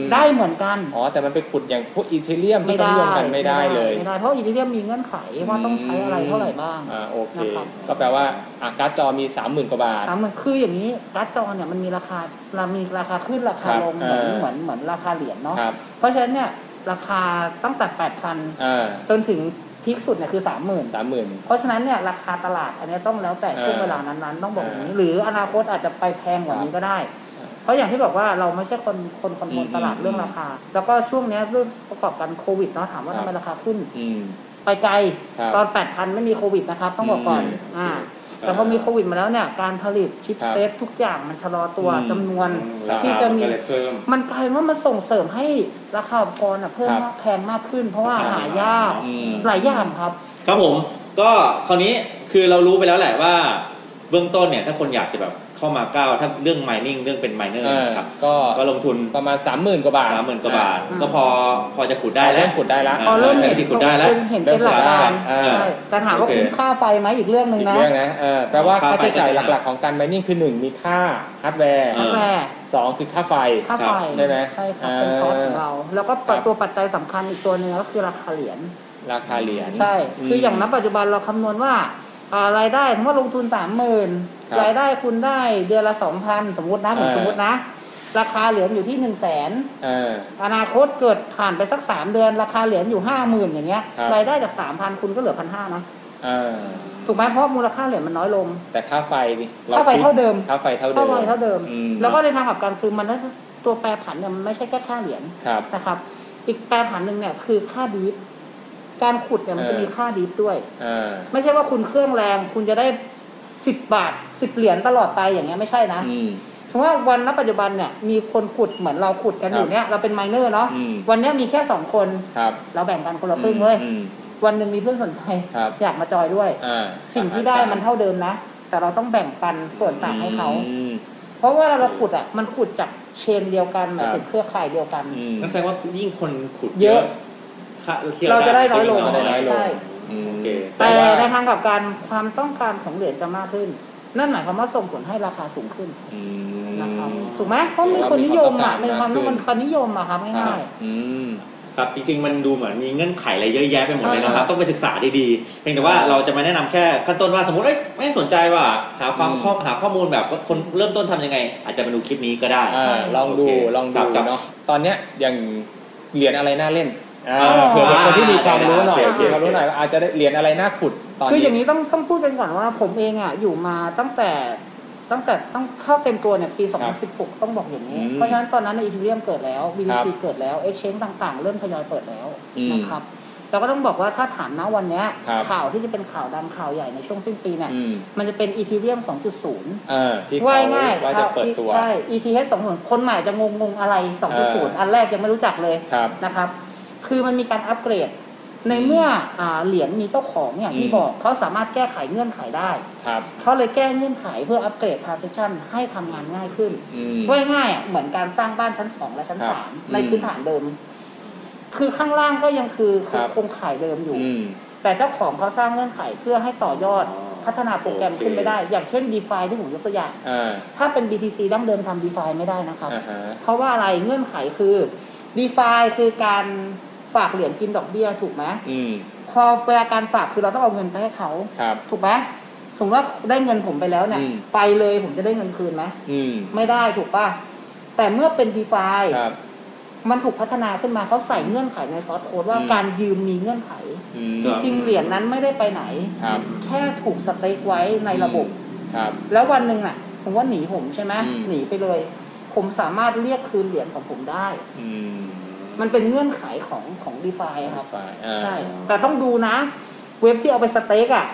Speaker 2: ม
Speaker 3: ได้เหมือนกัน
Speaker 2: อ๋อ แต่มันไปขุดอย่างพวกอีเทเรียมที่เขานิยมกันไม่ได้เลย
Speaker 3: ไม่ได้เพราะอีทีเรียมมีเงื่อนไขว่าต้องใช้อะไรเท่าไหร่บ้าง
Speaker 2: อ่าโอเค
Speaker 3: นะครับ
Speaker 2: ก็แปลว่าอ่ะการ์ดจอมี 30,000 กว่าบาท
Speaker 3: ถามมันคืออย่างนี้การ์ดจอเนี่ยมันมีราคาเรามีราคาขึ้นราคาลง
Speaker 2: ค
Speaker 3: เห
Speaker 2: รั
Speaker 3: มือบ น
Speaker 2: เออ
Speaker 3: เหมือนเหมือนราคาเหรียญเนาะ
Speaker 2: ครับ
Speaker 3: เพราะฉะนั้นเนี่ยราคาตั้งแต่
Speaker 2: อ่า
Speaker 3: 8,000 จนถึงพีคสุดเนี่ยคือ 30,000
Speaker 2: สามหมื่น
Speaker 3: เพราะฉะนั้นเนี่ยราคาตลาดอันเนี้ยต้องแล้วแต่ช่วง
Speaker 2: เออ
Speaker 3: เวลานั้นๆ ต้องบอกอย่างนี้
Speaker 2: เออ
Speaker 3: หรืออนาคตอาจจะไปแพงกว่านี้ก็ได้
Speaker 2: ครับ
Speaker 3: เพราะอย่างที่บอกว่าเราไม่ใช่คนคนคอนโทรล
Speaker 2: อืม
Speaker 3: ตลาดเรื่องราคา แล้วก็ช่วงเนี้ยเรื่องประกอบกันโควิดเนาะถามว่า
Speaker 2: ครับ
Speaker 3: ทำไมราคาขึ้น
Speaker 2: อืม
Speaker 3: ไปไกล
Speaker 2: ครับ
Speaker 3: ตอน 8,000 ไม่มีโควิดนะครับ ต้องบอกก่อน
Speaker 2: อืม
Speaker 3: อ่า
Speaker 1: ครับ
Speaker 3: แต่พอมีโควิดมาแล้วเนี่ยการผลิตชิป
Speaker 2: ครับ
Speaker 3: เซตทุกอย่างมันชะลอตัว
Speaker 2: อืม
Speaker 3: จำนวน
Speaker 1: รา
Speaker 3: ที่
Speaker 1: คา
Speaker 3: จะ
Speaker 1: มัน
Speaker 3: มี
Speaker 1: ก็เลยเพิ่ม
Speaker 3: มันกลายว่ามันส่งเสริมให้ราคาอุปกรณ์อะเพิ่ม
Speaker 2: ครับ
Speaker 3: มากแพงมากขึ้น เพราะว่า
Speaker 1: ครับ
Speaker 3: หายาก
Speaker 2: อืม
Speaker 3: หลายอย่างครับ
Speaker 1: ครับผมก็คราวนี้คือเรารู้ไปแล้วแหละว่า เบื้องต้นเนี่ยถ้าคนอยากจะแบบเข้ามาก้าวถ้าเรื่อง mining เรื่องเป็น miner
Speaker 2: เออ
Speaker 1: ครับ
Speaker 2: ก็
Speaker 1: ก็ลงทุน
Speaker 2: ประมาณ 30,000 กว่าบาท
Speaker 1: สามหมื่นกว่าบาท
Speaker 3: อ่า
Speaker 1: ก็พอพอจะขุดได้
Speaker 2: อ่ะ
Speaker 1: แล้
Speaker 2: เริ่
Speaker 1: ว
Speaker 2: มขุดได้ละ
Speaker 1: อ๋อเริ่ม
Speaker 3: เห็น
Speaker 1: ใช่ที่ขุดได้แล้ว
Speaker 3: เห็นเป็นหลักการ
Speaker 2: เริ่มหลักการอ่า
Speaker 3: ใช่แต่ถามว่า
Speaker 1: โอเค
Speaker 3: คุ้มค่าไฟไหมอีกเรื่องหนึ่ง
Speaker 2: อีก
Speaker 3: นะ
Speaker 2: เรื่องนะเออแปลว่า
Speaker 1: ค่า
Speaker 2: ค่าใช้จ่าย
Speaker 1: ไฟ
Speaker 2: หลักๆของการ mining คือ 1 มีค่าฮาร์ดแวร์
Speaker 1: เออ
Speaker 3: แม่
Speaker 2: สองคือค่าไฟ
Speaker 3: ค่าไฟ
Speaker 2: ใช่ไหม
Speaker 3: ใช่ครับ
Speaker 2: อ่า
Speaker 3: เป็นคอสของเรา แล้วก็
Speaker 2: ครับ
Speaker 3: ตัวปัจจัยสำคัญอีกตัวหนึ่งก็คือราคาเหรียญ
Speaker 2: ราคาเหรียญ
Speaker 3: ใช่ คืออย่างณปัจจุบันเราคำนวณว่าอ่ารายได้สมมติว่าลงทุนสามหมื่น
Speaker 2: ครับ
Speaker 3: รายได้คุณได้เดือนละสองพันสมมตินะผม
Speaker 2: เออ
Speaker 3: สมมตินะ ราคาเหรียญอยู่ที่หนึ่งแสน
Speaker 2: เออ
Speaker 3: อนาคตเกิดผ่านไปสักสามเดือนราคาเหรียญอยู่ห้าหมื่นอย่างเงี้ย
Speaker 2: ครับ
Speaker 3: รายได้จากสามพันคุณก็เหลือพันห้านะ
Speaker 2: เออ
Speaker 3: ถูกไหมเพราะมูลค่าเหรียญมันน้อยลง
Speaker 2: แต่ค่าไฟนี่ร
Speaker 3: ค่าไฟเท่าเดิม
Speaker 2: ค่าไฟเท่าเดิ
Speaker 3: เท่าม ไหร่เท่าเดิม
Speaker 2: อืม
Speaker 3: แล้วก็ในทางกลับการคือมันตัวแปรผันเนี่ยมันไม่ใช่แค่ค่าเหรียญ
Speaker 2: ครับ
Speaker 3: นะครับ อีกแปรผันหนึ่งเนี่ยคือค่าดีฟการขุดเนี่ยมันจะ
Speaker 2: เออ
Speaker 3: มีค่าดีฟด้วย
Speaker 2: เออ
Speaker 3: ไม่ใช่ว่าคุณเครื่องแรง คุณจะได้สิบบาทสิบเหรียญตลอดไปอย่างเงี้ยไม่ใช่นะ
Speaker 2: อืม
Speaker 3: สมมติว่าวันณปัจจุบันเนี่ยมีคนขุดเหมือนเราขุดกันอยู่เนี่ยเราเป็นไมเนอร์เนาะ
Speaker 2: อืม
Speaker 3: วันเนี้ยมีแค่สองคน
Speaker 2: ครับ
Speaker 3: เราแบ่งกันคนละครึ่งเว้ย
Speaker 2: อืม
Speaker 3: วันหนึ่งมีเพื่อนสนใจ
Speaker 2: ครับ
Speaker 3: อยากมาจอยด้วย
Speaker 2: อ่า
Speaker 3: สิ่งที่ได้มันเท่าเดิมนะ แต่เราต้องแบ่งปันส่วนต่างให้เขา
Speaker 2: อืม
Speaker 3: เพราะว่าเราขุดอ่ะ มันขุดจากเชนเดียวกันหมายถึ
Speaker 2: ค
Speaker 3: ง
Speaker 2: รับ
Speaker 3: เครือข่ายเดียวกัน
Speaker 2: อืม
Speaker 1: นั่นแสดงว่ายิ่งคนขุด
Speaker 2: เยอะ
Speaker 1: ค่ที่ยว
Speaker 3: เราจะได้น้อยลง
Speaker 1: ก็
Speaker 2: ได้น้อยลง
Speaker 3: ใช่
Speaker 2: อืม
Speaker 1: โอเค
Speaker 3: แต่
Speaker 2: ว่า
Speaker 3: ในทางกลับการความต้องการของเหรียญจะมากขึ้น นั่นหมายความว่าส่งผลให้ราคาสูงขึ้น
Speaker 2: อืม
Speaker 3: นะครับถูกไหมเพราะมีคนนิยมอ่ะ
Speaker 2: เรามี
Speaker 3: มี
Speaker 2: ค
Speaker 3: คาว
Speaker 2: วาม ม
Speaker 3: ต้
Speaker 2: ต้อ
Speaker 3: อ
Speaker 2: งง
Speaker 3: กา
Speaker 2: การ ร
Speaker 3: คนิยมอะครับ
Speaker 2: ครับ
Speaker 3: ง่าย
Speaker 2: อืม
Speaker 1: ครับจริงๆมันดูเหมือนมีเงื่อนไขอะไรเยอะแยะไปหมดเลยนะค
Speaker 2: ใช่ครั
Speaker 1: รั
Speaker 2: บบ
Speaker 1: ต้องไปศึกษาดีๆเพียงแต่ว่า
Speaker 2: ใช่
Speaker 1: เราจะมาแนะนำแค่ขั้นต้นว่าสมมติเอ้ยไม่สนใจว่าหาความ
Speaker 2: อืม
Speaker 1: ข้อหาข้อมูลแบบว่าคนเริ่มต้นทำยังไง อาจจะมาดูคลิปนี้ก็ได้
Speaker 2: อ่าลองดู
Speaker 1: โอเค
Speaker 2: ลอง
Speaker 1: ครั
Speaker 2: ดู
Speaker 1: บครับ
Speaker 2: เนาะตอนเนี้ยอย่างเหรียญอะไรน่าเล่นอ่า
Speaker 1: อ๋อ
Speaker 2: เผื่อคนที่มีความรู้หน่อย
Speaker 1: โอเค
Speaker 2: มีความรู้หน่อยอาจจะได้เหรียญอะไรน่าขุดตอน
Speaker 3: คือ
Speaker 2: นี้
Speaker 3: อย่างนี้ต้องต้องพูดกันก่อนว่าผมเองอ่ะอยู่มาตั้งแต่ตั้งแต่ต้องเข้าเต็มตัวเนี่ยปี 2016 ต้องบอกอย่างนี้
Speaker 2: อืม
Speaker 3: เพราะฉะนั้นตอนนั้นในอีทีเรียมเกิดแล้ว
Speaker 2: ครั
Speaker 3: BTC
Speaker 2: บ
Speaker 3: เกิดแล้ว Exchange ต่างๆ เริ่มทยอยเปิดแล้ว
Speaker 2: อืม
Speaker 3: นะครับ เราก็ต้องบอกว่าถ้าถามนะวันเนี้ย
Speaker 2: ครับ
Speaker 3: ข่าวที่จะเป็นข่าวดังข่าวใหญ่ในช่วงสิ้นปีเนี่ย
Speaker 2: อืม
Speaker 3: มันจะเป็น Ethereum 2.0
Speaker 2: เออที่เขา
Speaker 3: ว่าง่าย
Speaker 2: ว่า
Speaker 3: ค
Speaker 2: จะ
Speaker 3: รับ
Speaker 2: เปิดตัว
Speaker 3: ใช่ ETH 2.0 คนใหม่จะงงงๆอะไร
Speaker 2: เออ
Speaker 3: 2.0 อันแรกยังไม่รู้จักเลย
Speaker 2: ครับ
Speaker 3: นะครับ คือมันมีการอัปเกรด ในเมื่ออ่าเหรียญมีเจ้าของอย่างที่
Speaker 2: อืม
Speaker 3: บอกเขาสามารถแก้ไขเงื่อนไขได้
Speaker 2: ครับ
Speaker 3: เขาเลยแก้เงื่อนไขเพื่ออัปเกรด transaction ให้ทำงานง่ายขึ้น
Speaker 2: อืม
Speaker 3: ว่าง่ายๆอ่ะเหมือนการสร้างบ้านชั้นสองและชั้น
Speaker 2: ครับ
Speaker 3: สาม
Speaker 2: อืม
Speaker 3: ในพื้นฐานเดิม คือข้างล่างก็ยังคือ
Speaker 2: ครับ
Speaker 3: โครงข่ายเดิมอยู่
Speaker 2: อืม
Speaker 3: แต่เจ้าของเขาสร้างเงื่อนไขเพื่อให้ต่อยอด
Speaker 1: อ๋อ
Speaker 3: พัฒนาโปรแกรม
Speaker 1: โอเค
Speaker 3: ขึ้นไปได้ อย่างเช่น d e f i ที่ผมยกตัวอย่าง
Speaker 2: อ่า
Speaker 3: ถ้าเป็น BTC ดั้งเดิมทำ d e f i ไม่ได้นะครับ
Speaker 2: อ่าฮะ
Speaker 3: เพราะว่าอะไรเงื่อนไขคือ d e f i คือการฝากเหรียญกินดอกเบี้ยถูกไหม
Speaker 2: อืม
Speaker 3: พอเวลาการฝากคือเราต้องเอาเงินไปให้เขา
Speaker 2: ครับ
Speaker 3: ถูกไหมสมมติว่าได้เงินผมไปแล้วเนี่ย
Speaker 2: อืม
Speaker 3: ไปเลยผมจะได้เงินคืนไหม
Speaker 2: อืม
Speaker 3: ไม่ได้ถูกป่ะ แต่เมื่อเป็น d e f i
Speaker 2: ครับ
Speaker 3: มันถูกพัฒนาขึ้นมาเขาใส่เงื่อนไขในซอสโค้ดว่า
Speaker 2: อืม
Speaker 3: การยืมมีเงื่อนไข
Speaker 2: อืม
Speaker 1: ครับ
Speaker 3: จริงเหรียญนั้นไม่ได้ไปไหน
Speaker 2: ครับ
Speaker 3: แค่ถูกสเต็กไว้ในระบบ
Speaker 2: ครับ
Speaker 3: แล้ววันหนึ่งน่ะผมว่าหนีผมใช่ไหม
Speaker 2: อืม
Speaker 3: หนีไปเลย ผมสามารถเรียกคืนเหรียญของผมได้
Speaker 2: อืม
Speaker 3: มันเป็นเงื่อนไขของของดีฟาครับ
Speaker 2: ฝ่ายอ่า
Speaker 3: ใช่ แต่ต้องดูนะ เว็บที่เอาไปสเต็กอ่ะ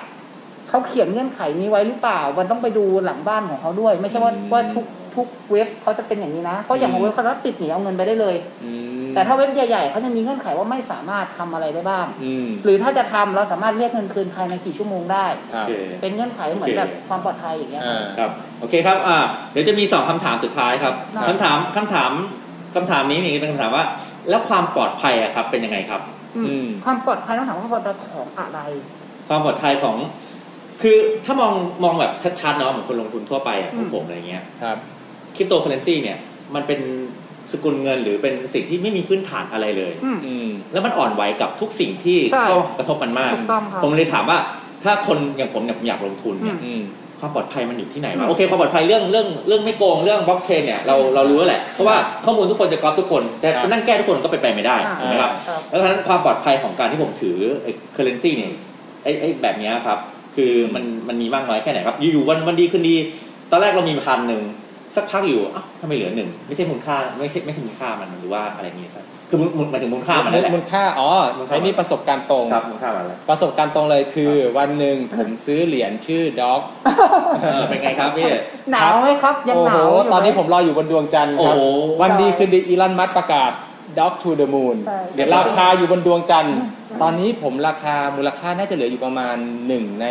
Speaker 3: เขาเขียนเงื่อนไขนี้ไว้หรือเปล่า มันต้องไปดูหลังบ้านของเขาด้วย ไม่ใช่ว่าว่าทุกทุกเว็บเขาจะเป็นอย่างนี้นะเพราะอย่างของเว็บเขาจะปิดหนีเอาเงินไปได้เลย
Speaker 2: อืม
Speaker 3: แต่ถ้าเว็บใหญ่ๆเขาจะมีเงื่อนไขว่าไม่สามารถทำอะไรได้บ้าง
Speaker 2: อืม
Speaker 3: หรือถ้าจะทำเราสามารถเรียกเงินคืนภายในกี่ชั่วโมงได้
Speaker 2: ครั
Speaker 1: โอบ เค
Speaker 3: เป็นเงื่อนไขเหมือน
Speaker 1: โอเค
Speaker 3: แบบความปลอดภัยอย่างเงี้ย
Speaker 2: อ่า
Speaker 1: ครับโอเคครับอ่าเดี๋ยวจะมีสองคำถามสุดท้ายครับ
Speaker 3: ได้
Speaker 1: คำถามคำถามคำถามนี้นี่เป็นคำถามว่า แล้วความปลอดภัยอะครับเป็นยังไงครับ
Speaker 3: อืม
Speaker 2: อืม
Speaker 3: ความปลอดภัยต้องถามว่าความปลอดภัยของอะไร
Speaker 1: ความปลอดภัยของ คือถ้ามองมองแบบชัดๆเนาะเหมือนคนลงทุนทั่วไปอะ
Speaker 3: อื
Speaker 1: ขอ
Speaker 3: ม
Speaker 1: งผมอะไรเงี้ย
Speaker 2: ครับ
Speaker 1: คริปโตเคอเรนซีเนี่ยมันเป็นสกุลเงินหรือเป็นสิ่งที่ไม่มีพื้นฐานอะไรเลย
Speaker 3: อืม
Speaker 2: อืม
Speaker 1: แล้วมันอ่อนไหวกับทุกสิ่งที่
Speaker 3: ใช่
Speaker 1: เข้ากระทบมันมาก
Speaker 3: ถูกต้องครับ
Speaker 1: ผมเลยถามว่าถ้าคนอย่างผมเนี่ยผมอยากลงทุนเนี่ย
Speaker 2: อืม
Speaker 1: ความปลอดภัยมันอยู่ที่ไหน
Speaker 3: อื
Speaker 1: วะ
Speaker 3: ม
Speaker 1: โอเคความปลอดภัยเรื่องเรื่องเรื่องไม่โกงเรื่องบล็อกเชนเนี่ยเราเรารู้แล้วแหละเพราะว่าข้อมูลทุกคนจะกรอบทุกคนแต่
Speaker 2: ครับ
Speaker 1: นั่งแก้ทุกคนก็ไปนไปไม่ได้
Speaker 3: อ่า
Speaker 1: ถูกไหมครับ
Speaker 3: ครับ
Speaker 1: แล้วฉะนั้นความปลอดภัยของการที่ผมถือเคอร์เรนซีเนี่ยไอ้ไอ้แบบเนี้ยครับ คือมันมันมีมากน้อยแค่ไหนครับ อยู่ๆวันวันดีคืนดี ตอนแรกเรามีพันหนึ่งสักพักอยู่อ้าวทำไมเหลือหนึ่งไม่ใช่มูลค่าไม่ใช่ไม่ใช่มูลค่ามันหรือว่าอะไรอย่างเงี้ยครับคือมูลมูลหมายถึงมูลค่ามันนั่นแหละ
Speaker 2: มูลค่า อ๋อ
Speaker 1: มูลค่า
Speaker 2: ไอ้นี่ประสบการณ์ตรง
Speaker 1: ครับมูลค่ามันแหละ
Speaker 2: ประสบการณ์ตรงเลยคือวันหนึ่งผมซื้อเหรียญชื่อด็อก
Speaker 1: เออเป็นไงครับพี่
Speaker 3: หนาวไหมครับ ยัง
Speaker 2: โอ้
Speaker 3: หนา
Speaker 2: โห
Speaker 3: วยู่ไห
Speaker 2: ตอนนี้ผมรออยู่บนดวงจันทร์ครับ
Speaker 1: โอ้โห
Speaker 2: วันดีคืนดีอีลอนมัสประกาศด็อกทูเดอะมูน
Speaker 3: ใช่
Speaker 1: เดี๋ยว
Speaker 2: รา
Speaker 1: เรา
Speaker 2: คาอยู่บนดวงจันทร์
Speaker 3: อืม
Speaker 2: ตอนนี้ผมราคามูลค่าน่าจะเหลืออยู่ประมาณ1ใน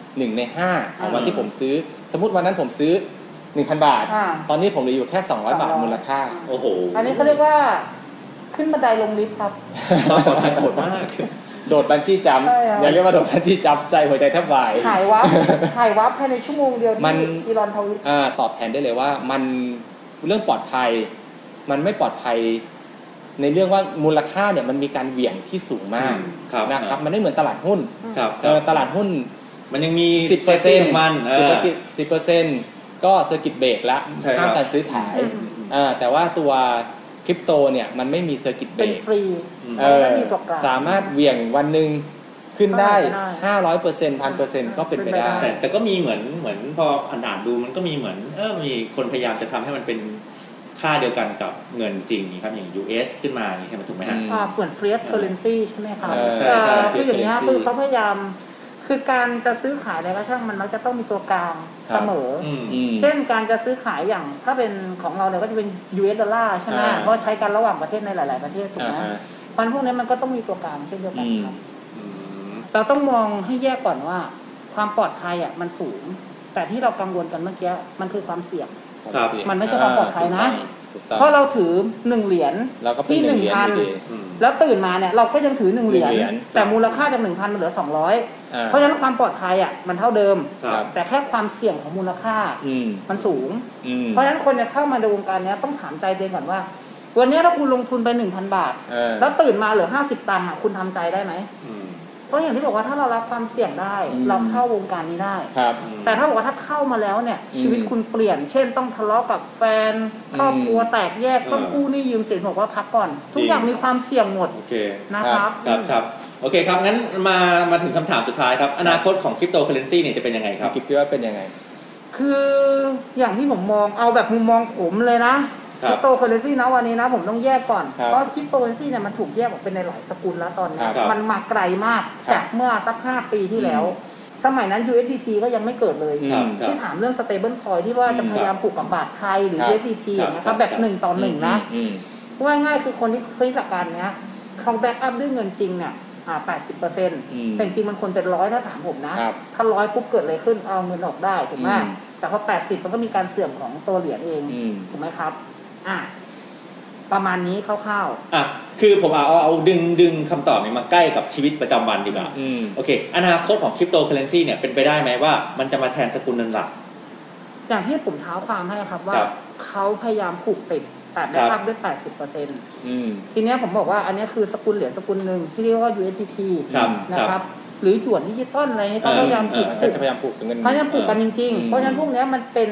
Speaker 2: 1ใน5ของวัน
Speaker 1: อ่า
Speaker 2: ที่ผมซื้อ สมมติวันนั้นผมซื้อ 1,000 บาท
Speaker 3: อ่า
Speaker 2: ตอนนี้ผมเหลืออยู่แค่ 200 บาท
Speaker 3: 200
Speaker 2: มูลค่า
Speaker 1: โอ้โห
Speaker 3: อันนี้เขาเรียกว่า ขึ้นบันไดลงลิฟต์ครับ
Speaker 1: ความปลอดภัยโหดมาก
Speaker 2: โดดบันจี้จัมป์
Speaker 3: ใช่ครับ
Speaker 2: อย่าเรียกว่าโดดบันจี้จัมป์ใจหัวใจแทบวาย
Speaker 3: หายวับ หายวับภายในชั่วโมงเดียว
Speaker 2: มัน
Speaker 3: ที่อีลอนทวิต
Speaker 2: อ่าตอบแทนได้เลยว่ามันเรื่องปลอดภัย มันไม่ปลอดภัย ในเรื่องว่ามูลค่าเนี่ยมันมีการเหวี่ยงที่สูงมาก
Speaker 1: อืมครับ
Speaker 2: นะครับ มันไม่เหมือนตลาดหุ้น
Speaker 1: ครับ
Speaker 2: เออตลาดหุ้น
Speaker 1: มันยังมี
Speaker 2: สิบเปอร์เซ็นต์
Speaker 1: ของมันเออ
Speaker 2: สิบเปอร์เซ็นต์สิบเปอร์เซ็นต์ก็เซอร์กิตเบรกละ
Speaker 1: ใช่ครับ
Speaker 2: ห้ามการซื้อขาย
Speaker 3: อืม
Speaker 2: เออแต่ว่าตัวคริปโตเนี่ยมันไม่มีเซอร์กิตเบร
Speaker 3: เป็น
Speaker 2: ก
Speaker 3: ฟรี
Speaker 1: อืม
Speaker 2: เออ
Speaker 3: ไม่มีตัวกลาง
Speaker 2: สามารถเหวี่ยงวันหนึ่งขึ้นได้
Speaker 3: ก็ได้
Speaker 2: ห้าร้อยเปอร์เซ็นต์พันเปอร์เซ็นต์ก็เป็นไปได้
Speaker 1: แต่แต่ก็มีเหมือนเหมือนพออ่านๆดูมันก็มีเหมือนเออมีคนพยายามจะทำให้มันเป็นค่าเดียวกันกับเงินจริงนี่ครับอย่าง US ขึ้นมาอย่างนี้ใช่ไหมถูกไหมฮะ
Speaker 2: อืม
Speaker 3: าเหมือนเฟรียสเคอร์เรนซีใช่ไหมครับ
Speaker 2: เออ
Speaker 1: ใช่
Speaker 3: เอ่
Speaker 1: ใช่
Speaker 3: อคืออย่างนี้ย
Speaker 2: currency
Speaker 3: คือเขาพยายาม คือการจะซื้อขายอะไรก็ช่างมันมักจะต้องมีตัวกลาง
Speaker 2: ครับ
Speaker 3: เสมออ
Speaker 1: อืม
Speaker 2: อืม
Speaker 3: เช่นการจะซื้อขายอย่างถ้าเป็นของเราเนี่ยก็จะเป็น US ดอลลาร์ใช่ไหม
Speaker 2: อ่า
Speaker 3: เพราะใช้กันระหว่างประเทศในหลาย ๆประเทศถูก
Speaker 2: อ่า
Speaker 3: ไหม
Speaker 2: ฮะ
Speaker 3: มันพวกนี้มันก็ต้องมีตัวกลางเช่นเดียวกันครับ
Speaker 2: อืม
Speaker 1: อืม
Speaker 3: เราต้องมองให้แยกก่อนว่า ความปลอดภัยอ่ะมันสูง แต่ที่เรากังวลกันเมื่อกี้มันคือความเสี่ยง
Speaker 1: ครับ
Speaker 3: มันไม่ใช่ความปลอดภัยนะ
Speaker 2: ถูกต้อง
Speaker 3: เพราะเราถือหนึ่งเหรียญ
Speaker 2: แล้วก็เป็น
Speaker 3: ที่
Speaker 2: ห
Speaker 3: ห
Speaker 2: นึ่
Speaker 3: นึ่
Speaker 2: งเหรี
Speaker 3: ง
Speaker 2: ยญ
Speaker 3: พัน
Speaker 2: อยู่ดี
Speaker 1: อืม
Speaker 3: แล้วตื่นมาเนี่ยเราก็ยังถือหนึ่งเหรียญ
Speaker 2: หนึ่งเหรียญ
Speaker 3: แต่มูลค่าจากหนึ่งพันมันเหลือสองร้อย
Speaker 2: อ่า
Speaker 3: เพราะฉะนั้นความปลอดภัยอ่ะมันเท่าเดิม
Speaker 1: ครับ
Speaker 3: แต่แค่ความเสี่ยงของมูลค่า
Speaker 2: อืม
Speaker 3: มันสูง
Speaker 2: อืม
Speaker 3: เพราะฉะนั้นคนจะเข้ามาในวงการเนี้ยต้องถามใจตัวเองก่อนว่า วันเนี้ยถ้าคุณลงทุนไปหนึ่งพันบาท
Speaker 2: เออ
Speaker 3: แล้วตื่นมาเหลือห้าสิบตังค์อ่ะคุณทำใจได้ไหม
Speaker 1: อืม
Speaker 3: เพราะอย่างที่บอกว่าถ้าเรารับความเสี่ยงได้
Speaker 2: อืม
Speaker 3: เราเข้าวงการนี้ได้
Speaker 2: ครับ
Speaker 1: อืม
Speaker 3: แต่ถ้าบอกว่าถ้าเข้ามาแล้วเนี่ย
Speaker 2: อืม
Speaker 3: ชีวิตคุณเปลี่ยน เช่นต้องทะเลาะกับแฟน ครอบครัวแตกแยก
Speaker 1: อืม
Speaker 3: ต้องกู้หนี่ยืมสินบอกว่าพักก่อน ทุกอย่างมีความเสี่ยงหมด
Speaker 1: โอเค
Speaker 3: นะ
Speaker 2: ค
Speaker 3: ค
Speaker 2: รั
Speaker 3: รับ บ
Speaker 1: ครับครับโอเคครับงั้นมามาถึงคำถามสุดท้ายครับ อนาคตของคริปโตเคอเรนซีเนี่ยจะเป็นยังไงครับ
Speaker 2: กิบคิดว่าเป็นยังไง
Speaker 3: คืออย่างที่ผมมองเอาแบบมุมมองผมเลยนะ
Speaker 1: ครั
Speaker 3: คริ
Speaker 1: บ
Speaker 3: ปโตเคอเรนซีนะวันนี้นะ ผมต้องแยกก่อน
Speaker 2: ครับ
Speaker 3: เพราะคริปโตเคอเรนซีเนี่ยมันถูกแยกออกเป็นในหลายสกุลแล้วตอนเนี้ย
Speaker 1: ครับ
Speaker 3: มันมาไกลมาก
Speaker 2: ครับ
Speaker 3: จากเมื่อสัก 5 ปีที่แล้ว สมัยนั้น USDT ก็ยังไม่เกิดเลย
Speaker 2: อืม
Speaker 1: ครับ
Speaker 3: ที่ถามเรื่อง stable coin ที่ว่าจะ
Speaker 2: อืม
Speaker 3: พยายามผูกกับบาทไทยหรือ
Speaker 2: ครับ
Speaker 3: USDT
Speaker 1: ค
Speaker 3: อ
Speaker 1: รับ
Speaker 3: ย่างเงี้ย
Speaker 1: ค
Speaker 3: ค
Speaker 1: รั
Speaker 3: รับ บแบบหนึ่งต่อหนึ่งนะ
Speaker 2: อืม
Speaker 3: ว่าง่ายคือคนที่เคยหลักการเนี้ยเขาแบ็กอัพด้วยเงินจริงเนี่ยอ่าแปดสิบเปอร์เซ็นต์
Speaker 2: ม
Speaker 3: แต่จริงมันควรเป็นร้อยถ้าถามผมนะ
Speaker 2: ครับ
Speaker 3: ถ้าร้อยปุ๊บเกิดอะไรขึ้นเอาเงินออกได้ถูกไหม
Speaker 2: อืม
Speaker 3: แต่พอแปดสิบมันก็มีการเสื่อมของตัวเหรียญเอง
Speaker 2: อืม
Speaker 3: ถูกไหมครับ อ่ะประมาณนี้คร่าว
Speaker 1: อ่ะคือผมเอาเอาเอาดึงดึงคำตอบนี้มาใกล้กับชีวิตประจำวันดีกว่า
Speaker 2: อืม
Speaker 1: โอเค อนาคตของคริปโตเคอเรนซีเนี่ยเป็นไปได้ไหมว่ามันจะมาแทนสกุลเงินหลัก
Speaker 3: ๆ อย่างที่ผมเท้าความให้ครับว่า
Speaker 1: ครับ
Speaker 3: เขาพยายามผูกติดแต่ได้รับด้วย 80เปอร์เซ็นต์
Speaker 2: อืม
Speaker 3: ทีเนี้ยผมบอกว่าอันเนี้ยคือสกุลเหรียญสกุลหนึ่งที่เรียกว่า USDT
Speaker 1: ครับ
Speaker 3: นะครับ หรือหยวนดิจิตอลอะไรเนี่ยเขาพยายามผูก
Speaker 1: เออเออ
Speaker 2: ก็
Speaker 3: ติด
Speaker 2: จะพยายามปลูกเงิน
Speaker 3: เพราะฉะนั้นปลูกกันจริง
Speaker 2: อื
Speaker 3: ๆ
Speaker 2: ม
Speaker 3: เพราะฉะนั้นพวกเนี้ยมันเป็น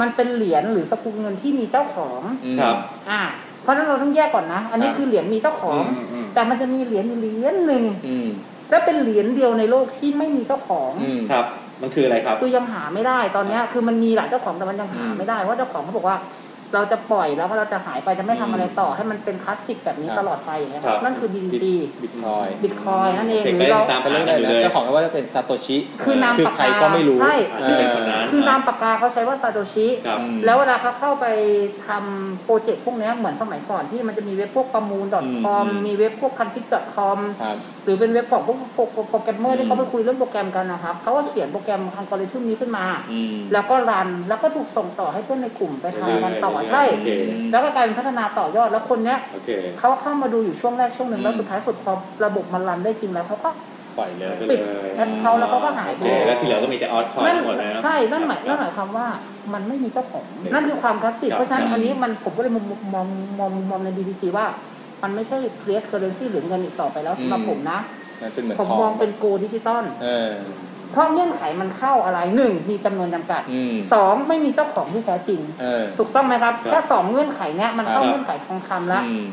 Speaker 3: มันเป็นเหรียญหรือสกุลเงินที่มีเจ้าของ
Speaker 2: อืม
Speaker 1: ครับ
Speaker 3: อ่า เพราะฉะนั้นเราต้องแยกก่อนนะ อันนี้
Speaker 2: ครับ
Speaker 3: คือเหรียญมีเจ้าของ
Speaker 1: มม
Speaker 3: แต่มันจะมีเหรียญอยู่เหรียญหนึ่ง
Speaker 2: อืม
Speaker 3: จะเป็นเหรียญเดียวในโลกที่ไม่มีเจ้าของ
Speaker 2: อืม
Speaker 1: ครับ มันคืออะไรครับ
Speaker 3: คือยังหาไม่ได้ตอนเนี้ยคือมันมีหลายเจ้าของแต่มันยังหา
Speaker 2: อืม
Speaker 3: ไม่ได้เพราะเจ้าของเขาบอกว่า เราจะปล่อยแล้วก็เราจะหายไปจะไม่ทำอะไรต่อให้มันเป็นคลาสสิกแบบนี้
Speaker 2: ครับ
Speaker 3: ตลอดไปอย่างเงี้ย
Speaker 1: ครับ
Speaker 3: นั่นคือ BTC
Speaker 2: บิตคอยน์
Speaker 3: บิตคอยนั่นเองห
Speaker 1: เด็ก
Speaker 3: รื
Speaker 1: ก็
Speaker 3: อ
Speaker 1: ยั
Speaker 3: เรา
Speaker 1: งตาม
Speaker 2: เขาเรี
Speaker 1: หาย
Speaker 2: กอะ
Speaker 1: กั
Speaker 2: ไร
Speaker 1: นอยู่
Speaker 2: นะ
Speaker 1: เลย
Speaker 2: เจ้าของก็ว่าจะเป็นซาโตชิ
Speaker 3: คือนาม
Speaker 2: คือ
Speaker 3: ปาก
Speaker 2: ใคร
Speaker 3: กา
Speaker 2: ก็ไม่รู้
Speaker 3: ใช่
Speaker 2: เอ
Speaker 1: ที่
Speaker 2: อ
Speaker 1: เป็นคนนั้น
Speaker 3: คือนามปากกาเขาใช้ว่าซาโตชิ
Speaker 1: ครับ
Speaker 2: อืม
Speaker 3: แล้วเวลาเขาเข้าไปทำโปรเจกต์พวกเนี้ยเหมือนสมัยก่อนที่มันจะมีเว็บพวกประมูล .com
Speaker 1: อืม
Speaker 3: มีเว็บพวกคันทิป .com
Speaker 2: ครับ
Speaker 3: หรือเป็นเว็บของพวกโปรแกรมเมอ
Speaker 2: อืม
Speaker 3: ร์ที่เขาไปคุยเรื่องโปรแกรมกันนะครับเขาก็เขียนโปรแกรมอัลกอริทึมนี้ขึ้นมา
Speaker 2: อืม
Speaker 3: แล้วก็รันแล้วก็ถูกส่งต่อให้เพื่อนในกลุ่มไปทำกันต่อ
Speaker 1: เรื่อยๆ
Speaker 3: ใช่
Speaker 1: โอเค
Speaker 3: แล้วก็กลายเป็นพัฒนาต่อยอดแล้วคนเนี้ย
Speaker 1: โอเค
Speaker 3: เขาเข้ามาดูอยู่ช่วงแรกช่วงหนึ่
Speaker 2: อืม
Speaker 3: งแล้วสุดท้ายสุดพอระบบมันรันได้จริงแล้วเขาก็
Speaker 2: ปล่อยเลย
Speaker 1: ไป
Speaker 3: ปิด
Speaker 1: เลย
Speaker 3: แอปเขาแล้วเขาก็หาย
Speaker 1: โอเค
Speaker 3: ไป
Speaker 1: แล้วที่เหลือก็มีแต่ออสคอย
Speaker 3: นั่น
Speaker 1: หมดแล้ว
Speaker 3: ใช่นั่นหมายนั่นหมายความว่ามันไม่มีเจ้าของ
Speaker 1: ครับ
Speaker 3: นั่นคือความคลาสสิก
Speaker 1: ครับ
Speaker 3: เพราะฉะนั้
Speaker 2: ครับ
Speaker 3: นอันนี้มันผมก็เลยมองมองมองมองใน BBC ว่า มันไม่ใช่ free currency หรือเงินอีกต่อไปแล้วสำหรับผมนะ
Speaker 2: มันเป็นเหมือน
Speaker 3: ผม
Speaker 2: ทอง
Speaker 3: มองเป็น Go ดิจิตอล
Speaker 2: เออ
Speaker 3: เพราะเงื่อนไขมันเข้าอะไรหนึ่งมีจำนวนจำกัด
Speaker 2: อืม
Speaker 3: สองไม่มีเจ้าของที่แท้จริง
Speaker 2: เออ
Speaker 3: ถูกต้องไหมครับ
Speaker 1: ครับ
Speaker 3: แค่สองเงื่อนไขเนี้ยมันเข้า
Speaker 2: ครับ
Speaker 3: เงื่อนไขทองคำแล้ว
Speaker 2: อืม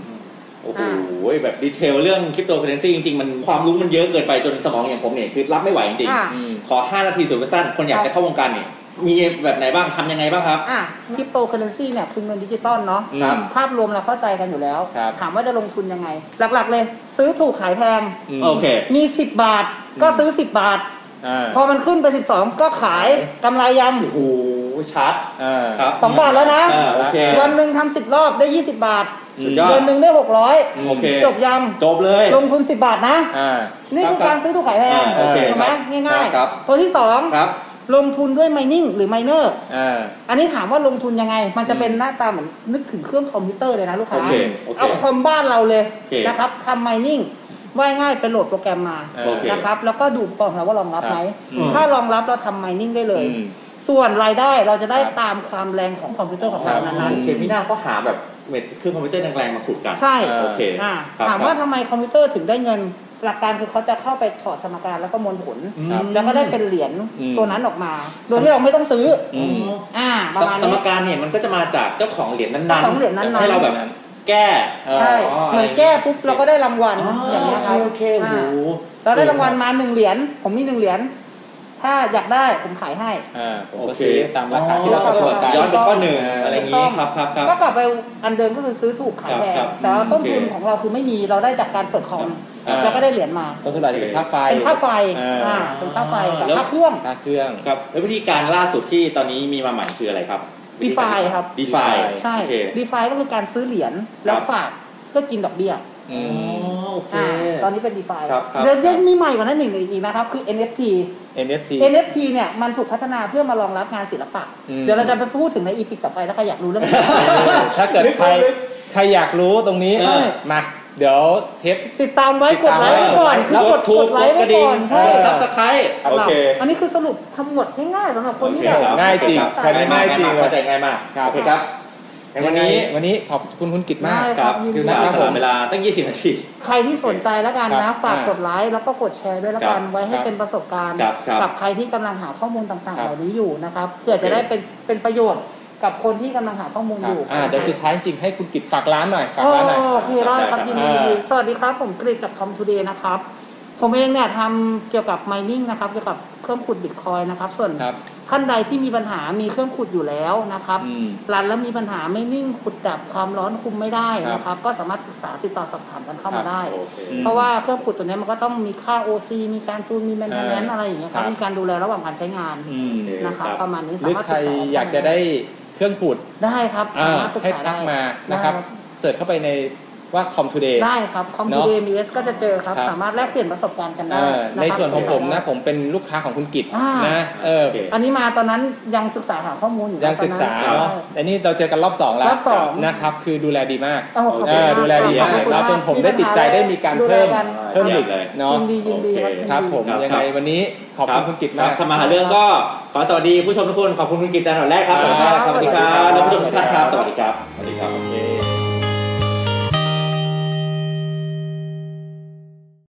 Speaker 1: โอ้โห
Speaker 3: อ่
Speaker 1: แบบดีเทลเรื่องคริปโตเคอเรนซีจริงๆ มันความรู้มันเยอะเกินไปจนสมองอย่างผมเนี่ยคือรับไม่ไหวจริง
Speaker 3: อ่า
Speaker 2: อืม
Speaker 1: ๆ ขอ 5 นาทีสุดสั้นๆคนอยากจะเข้าวงการเนี่ย มีแบบไหนบ้างทำยังไงบ้างครับ
Speaker 3: อ่ะคริปโตเคอเรนซีเนี่ยคือเงินดิจิตอลเนาะ
Speaker 1: ครับ
Speaker 3: ภาพรวมเราเข้าใจกันอยู่แล้ว
Speaker 2: ครับ
Speaker 3: ถามว่าจะลงทุนยังไง หลักๆเลย ซื้อถูกขายแพง
Speaker 2: ม
Speaker 1: โอเค
Speaker 3: มี 10 บาทก็ซื้อ 10 บาท
Speaker 2: อ่า
Speaker 3: พอมันขึ้นไป 12 ก็ขายกำไรยัง
Speaker 1: โอ้โหชัด
Speaker 2: อ่า
Speaker 1: ครับ
Speaker 3: 2 บาทแล้วนะ
Speaker 1: อ่าโอเค
Speaker 3: วันหนึ่งทำ10 รอบได้ 20 บาท
Speaker 2: อืม
Speaker 1: สุดยอ
Speaker 3: เดื
Speaker 1: ด
Speaker 3: อนหนึ่งได้
Speaker 2: อืม
Speaker 1: โอเค
Speaker 3: 600 จบยัง
Speaker 1: จบเลย
Speaker 3: ลงทุน 10 บาทนะ
Speaker 2: อ่า
Speaker 3: นี่คือการซื้อถูกขายแพง
Speaker 1: อ่าโอเค
Speaker 3: ถูกไหม
Speaker 1: ครับ
Speaker 3: ง่าย
Speaker 1: ครับ
Speaker 3: ๆ ตัวที่
Speaker 1: ครับ
Speaker 3: 2 ลงทุนด้วย mining หรือ miner
Speaker 2: อ่า
Speaker 3: อันนี้ถามว่าลงทุนยังไง มันจะเป็น
Speaker 2: อืม
Speaker 3: หน้าตาเหมือนนึกถึงเครื่องคอมพิวเตอร์เลยนะลูกค้า
Speaker 1: โอเคโอเค
Speaker 3: เอาคอมบ้านเราเลย
Speaker 1: โอเค
Speaker 3: นะครับทำ mining ว่ายง่ายไปโหลดโปรแกรมมา
Speaker 2: เออ
Speaker 1: โอเค
Speaker 3: นะครับแล้วก็ดูกล่องเราว่ารองรับไหม
Speaker 1: อืม
Speaker 3: ถ้ารองรับเราทำ mining ได้เลย
Speaker 2: อืม
Speaker 3: ส่วนรายได้เราจะได้
Speaker 2: ครับ
Speaker 3: ตามความแรงของคอมพิวเตอร์ของเรา
Speaker 2: ครับ
Speaker 3: นั้น
Speaker 1: โอเคพี่หน้าก็หาแบบเม็ดเครื่องคอมพิวเตอร์แรงๆมาขุดกัน
Speaker 3: ๆ ใช่
Speaker 1: โอเค
Speaker 3: อ่า
Speaker 1: ครับ
Speaker 3: ถามว่าทำไมคอมพิวเตอร์ถึงได้เงิน หลักการคือเขาจะเข้าไปถอดสมการแล้วก็มวลผล
Speaker 1: อืม
Speaker 3: แล้วก็ได้เป็นเหรียญ
Speaker 2: อืม
Speaker 3: ตัวนั้นออกมา โดยที่เราไม่ต้องซื้อ
Speaker 2: อืม
Speaker 3: อ่าป
Speaker 1: ส
Speaker 3: ระมาณ
Speaker 1: สม
Speaker 3: นี้
Speaker 1: การเนี่ยมันก็จะมาจากเจ้าของเหรียญนั้นๆ
Speaker 3: เจ้าของเหรียญนั้นๆ
Speaker 1: ให้เราแบบแก้
Speaker 2: เออ
Speaker 3: ใช่
Speaker 1: อ๋อ
Speaker 3: เหมือนแก้ปุ๊บเราก็ได้รางวัลอย่างเงี้ยครับ
Speaker 1: โอเคโอเค
Speaker 3: อ่า
Speaker 1: โอ้โห
Speaker 3: เราได้รางวัลมาหนึ่งเหรียญผมมีหนึ่งเหรียญถ้าอยากได้ผมขายให้
Speaker 2: อ่า ผม
Speaker 1: โอ
Speaker 2: ก็
Speaker 1: เค
Speaker 2: ซื้อตามราคาที่
Speaker 1: แล้
Speaker 2: เรา
Speaker 1: ว
Speaker 2: กำ
Speaker 1: ก็
Speaker 2: หน
Speaker 1: แบ
Speaker 2: ด
Speaker 1: บ
Speaker 2: ได้
Speaker 1: ย้อนไปข้อหนึ่ง
Speaker 2: เอออ
Speaker 1: อะไรอย่างงี้ครับครับครับ
Speaker 3: ก็กลับไปอันเดิมก็คือซื้อถูกขายแพ
Speaker 1: ครับค
Speaker 3: ง
Speaker 1: รับ
Speaker 3: แต่ว่าต้นทุน
Speaker 1: โอเค
Speaker 3: ของเราคือไม่มีเราได้จากการเปิดคอม
Speaker 2: ครับ
Speaker 3: เราก็ได้เหรียญมา
Speaker 2: ก็คือเราจะเป็นค่าไฟ
Speaker 3: เป็นค่าไฟ
Speaker 2: เอออ่
Speaker 3: ่าเป็นค่าไฟกับ
Speaker 1: แล้ว
Speaker 3: ค่าเครื่อง
Speaker 2: ค่าเครื่อง
Speaker 1: ครับแล้ววิธีการล่าสุดที่ตอนนี้มีมาใหม่คืออะไรครับ
Speaker 3: DeFi ครับ
Speaker 1: ดีไฟ
Speaker 2: DeFi
Speaker 3: ใช่ดีฟาก็คือการซื้อเหรียญแล้วฝากเพื่อกินดอกเบี้ย
Speaker 2: อืม
Speaker 1: โอเค
Speaker 3: อ่าตอนนี้เป็นดีฟา
Speaker 1: ครับครับ
Speaker 3: เดี๋ยวยังมีใหม่กว่านั้นหนึ่งอีกนะครับ คือ NFT
Speaker 2: NFT
Speaker 3: NFT เนี่ยมันถูกพัฒนาเพื่อมารองรับงานศิลปะ
Speaker 2: อืม
Speaker 3: เดี๋ยวเราจะไปพูดถึงในอีพิกต่อไปถ้าใครอยากรู้เรื่องนี้
Speaker 2: ถ้าเกิด
Speaker 1: ลึก
Speaker 2: ใคร
Speaker 1: ลึก
Speaker 2: ใครอยากรู้ตรงนี้
Speaker 1: เออ
Speaker 2: มา เดี๋ยวเทป
Speaker 3: ติดตามไว้กดไลค์ไว้ก่อนคือกด
Speaker 1: ถู
Speaker 3: ก
Speaker 1: ก
Speaker 3: ดไลค์
Speaker 1: ก
Speaker 3: ไว้
Speaker 1: ระดิ่
Speaker 3: ก่
Speaker 1: ง
Speaker 3: อนใช่
Speaker 1: ซับสไครต์
Speaker 3: ครับ
Speaker 1: โอเค
Speaker 3: อันนี้คือสรุปขมวดง่ายๆสำหรับคนที่แบบ
Speaker 2: ง่ายจริง
Speaker 1: ครับ
Speaker 2: แค่นี้ง่ายจริง
Speaker 1: เข้าใจง่ายมาก
Speaker 2: ครับ
Speaker 1: โอเคครับงั้นวันนี้
Speaker 2: วันนี้ขอบคุณคุณกิตมาก
Speaker 3: ได้
Speaker 1: ครับคือสาร
Speaker 2: ครับ
Speaker 1: สละเวลาตั้ง 20 นาที
Speaker 3: ใครที่สนใจแล้วกัน
Speaker 2: ครั
Speaker 3: นะ
Speaker 2: บ
Speaker 3: ฝาก
Speaker 2: อ่าก
Speaker 3: ดไลค์แล้วก็กดแชร์ด้วยละกัน
Speaker 1: ครับ
Speaker 3: ไว้ให้
Speaker 2: ครับ
Speaker 3: เป็นประสบการณ์
Speaker 1: ครับครับ
Speaker 3: กับใครที่กำลังหาข้อมูลต่าง
Speaker 2: ค
Speaker 3: ๆ
Speaker 2: รับ
Speaker 3: เหล่านี้อยู่นะครับเพื่อจะได้เป็นเป็นประโยชน์กับคนที่กำลังหาข้อมูล
Speaker 2: ค
Speaker 3: อ
Speaker 2: รับ
Speaker 3: ยู่
Speaker 2: อ่าเดี๋ยวสุดท้ายจริงๆให้คุณกิตฝากร้านหน่อย ฝาก
Speaker 3: โอ้
Speaker 2: ร้านหน่อย
Speaker 3: โอเคได้ครับยินดี
Speaker 2: อ่า
Speaker 3: สวัสดีครับผมกรีจากคอมทูเดย์นะครับ ผมเองเนี่ยทำเกี่ยวกับ mining นะครับเกี่ยวกับเครื่องขุดบิตคอยนะครับส่วน
Speaker 2: ครับ
Speaker 3: ท่านใดที่มีปัญหามีเครื่องขุดอยู่แล้วนะครับ
Speaker 2: อืม
Speaker 3: รันแล้วมีปัญหาไม่นิ่งขุดดับความร้อนคุมไม่ได้นะค
Speaker 2: ครั
Speaker 3: รับ
Speaker 2: บ
Speaker 3: ก็สามารถปรึกษาติดต่อสอบถามกันเข้ามาได้
Speaker 1: โอเค
Speaker 2: อืม
Speaker 3: เพราะว่าเครื่องขุดตัวเนี้ยมันก็ต้องมีค่า OC มีการจูนมีแมนเทนแนนซ์อะไรอย่างเงี้ยครับ
Speaker 2: ครับ
Speaker 3: มีการดูแลระหว่างการใช้งาน
Speaker 2: อืม
Speaker 1: โอเค
Speaker 3: นะครับ
Speaker 1: ครับ
Speaker 3: ประมาณนี้
Speaker 2: หรือ
Speaker 3: สามารถ
Speaker 2: ใค
Speaker 3: ป
Speaker 2: ร
Speaker 3: รึกษา
Speaker 2: อยากจะได้เครื่องขุด
Speaker 3: ได้ครับ
Speaker 2: อ่า
Speaker 3: สามารถปรึก
Speaker 2: ให้
Speaker 3: ษา
Speaker 2: ทั
Speaker 3: ได้
Speaker 2: กมานะครับเสิร์ชเข้าไปในว่าคอมทูเดย์
Speaker 3: ได้ครับคอมพิวเตอร์มีเอสก็จะเจอครับ
Speaker 2: ครับ
Speaker 3: สามารถแลกเปลี่ยนประสบการณ์กันได้ะครับ
Speaker 2: ในส่วนของผมนะผมเป็นลูกค้าของคุณกิต
Speaker 3: อ่าน
Speaker 2: นะเออ
Speaker 1: โอเค
Speaker 3: อันนี้มาตอนนั้นยังศึกษาหาข้อมูลอยู่
Speaker 2: ยังศึกษา
Speaker 3: ตอ
Speaker 2: เนาะแต่นี่เราเจอกันรอบสองแล้
Speaker 3: ร
Speaker 2: ว
Speaker 3: อบสอง
Speaker 2: นะครับ คือดูแลดีมาก
Speaker 3: โอ้โหขอบ
Speaker 2: เออดู
Speaker 3: คุณมาก
Speaker 2: แลดีมาก
Speaker 3: ขอบคุณ
Speaker 2: เราจนผมได้ติดใจได้มีการเพิ่ม
Speaker 3: ดูแลกัน
Speaker 2: เพิ่มอีก
Speaker 1: เยี่ยมเลย
Speaker 2: เนาะ
Speaker 3: ยินดียินดี
Speaker 1: โอเค
Speaker 3: ยินดี
Speaker 2: ครับผมยังไงวันนี้ขอบคุณคุณกิต
Speaker 1: ครั
Speaker 2: มา
Speaker 1: บ
Speaker 2: ก
Speaker 1: ทำมาหาเรื่องก็ขอสวัสดีผู้ชมทุกคน ขอบคุณคุณกิตดานหนอยแรกครับขอบคุณมากครับสวัสดีครับแล้วผู้ชมทุกท่านครับ สวัสดีครับ สวัสดีครับ โอเค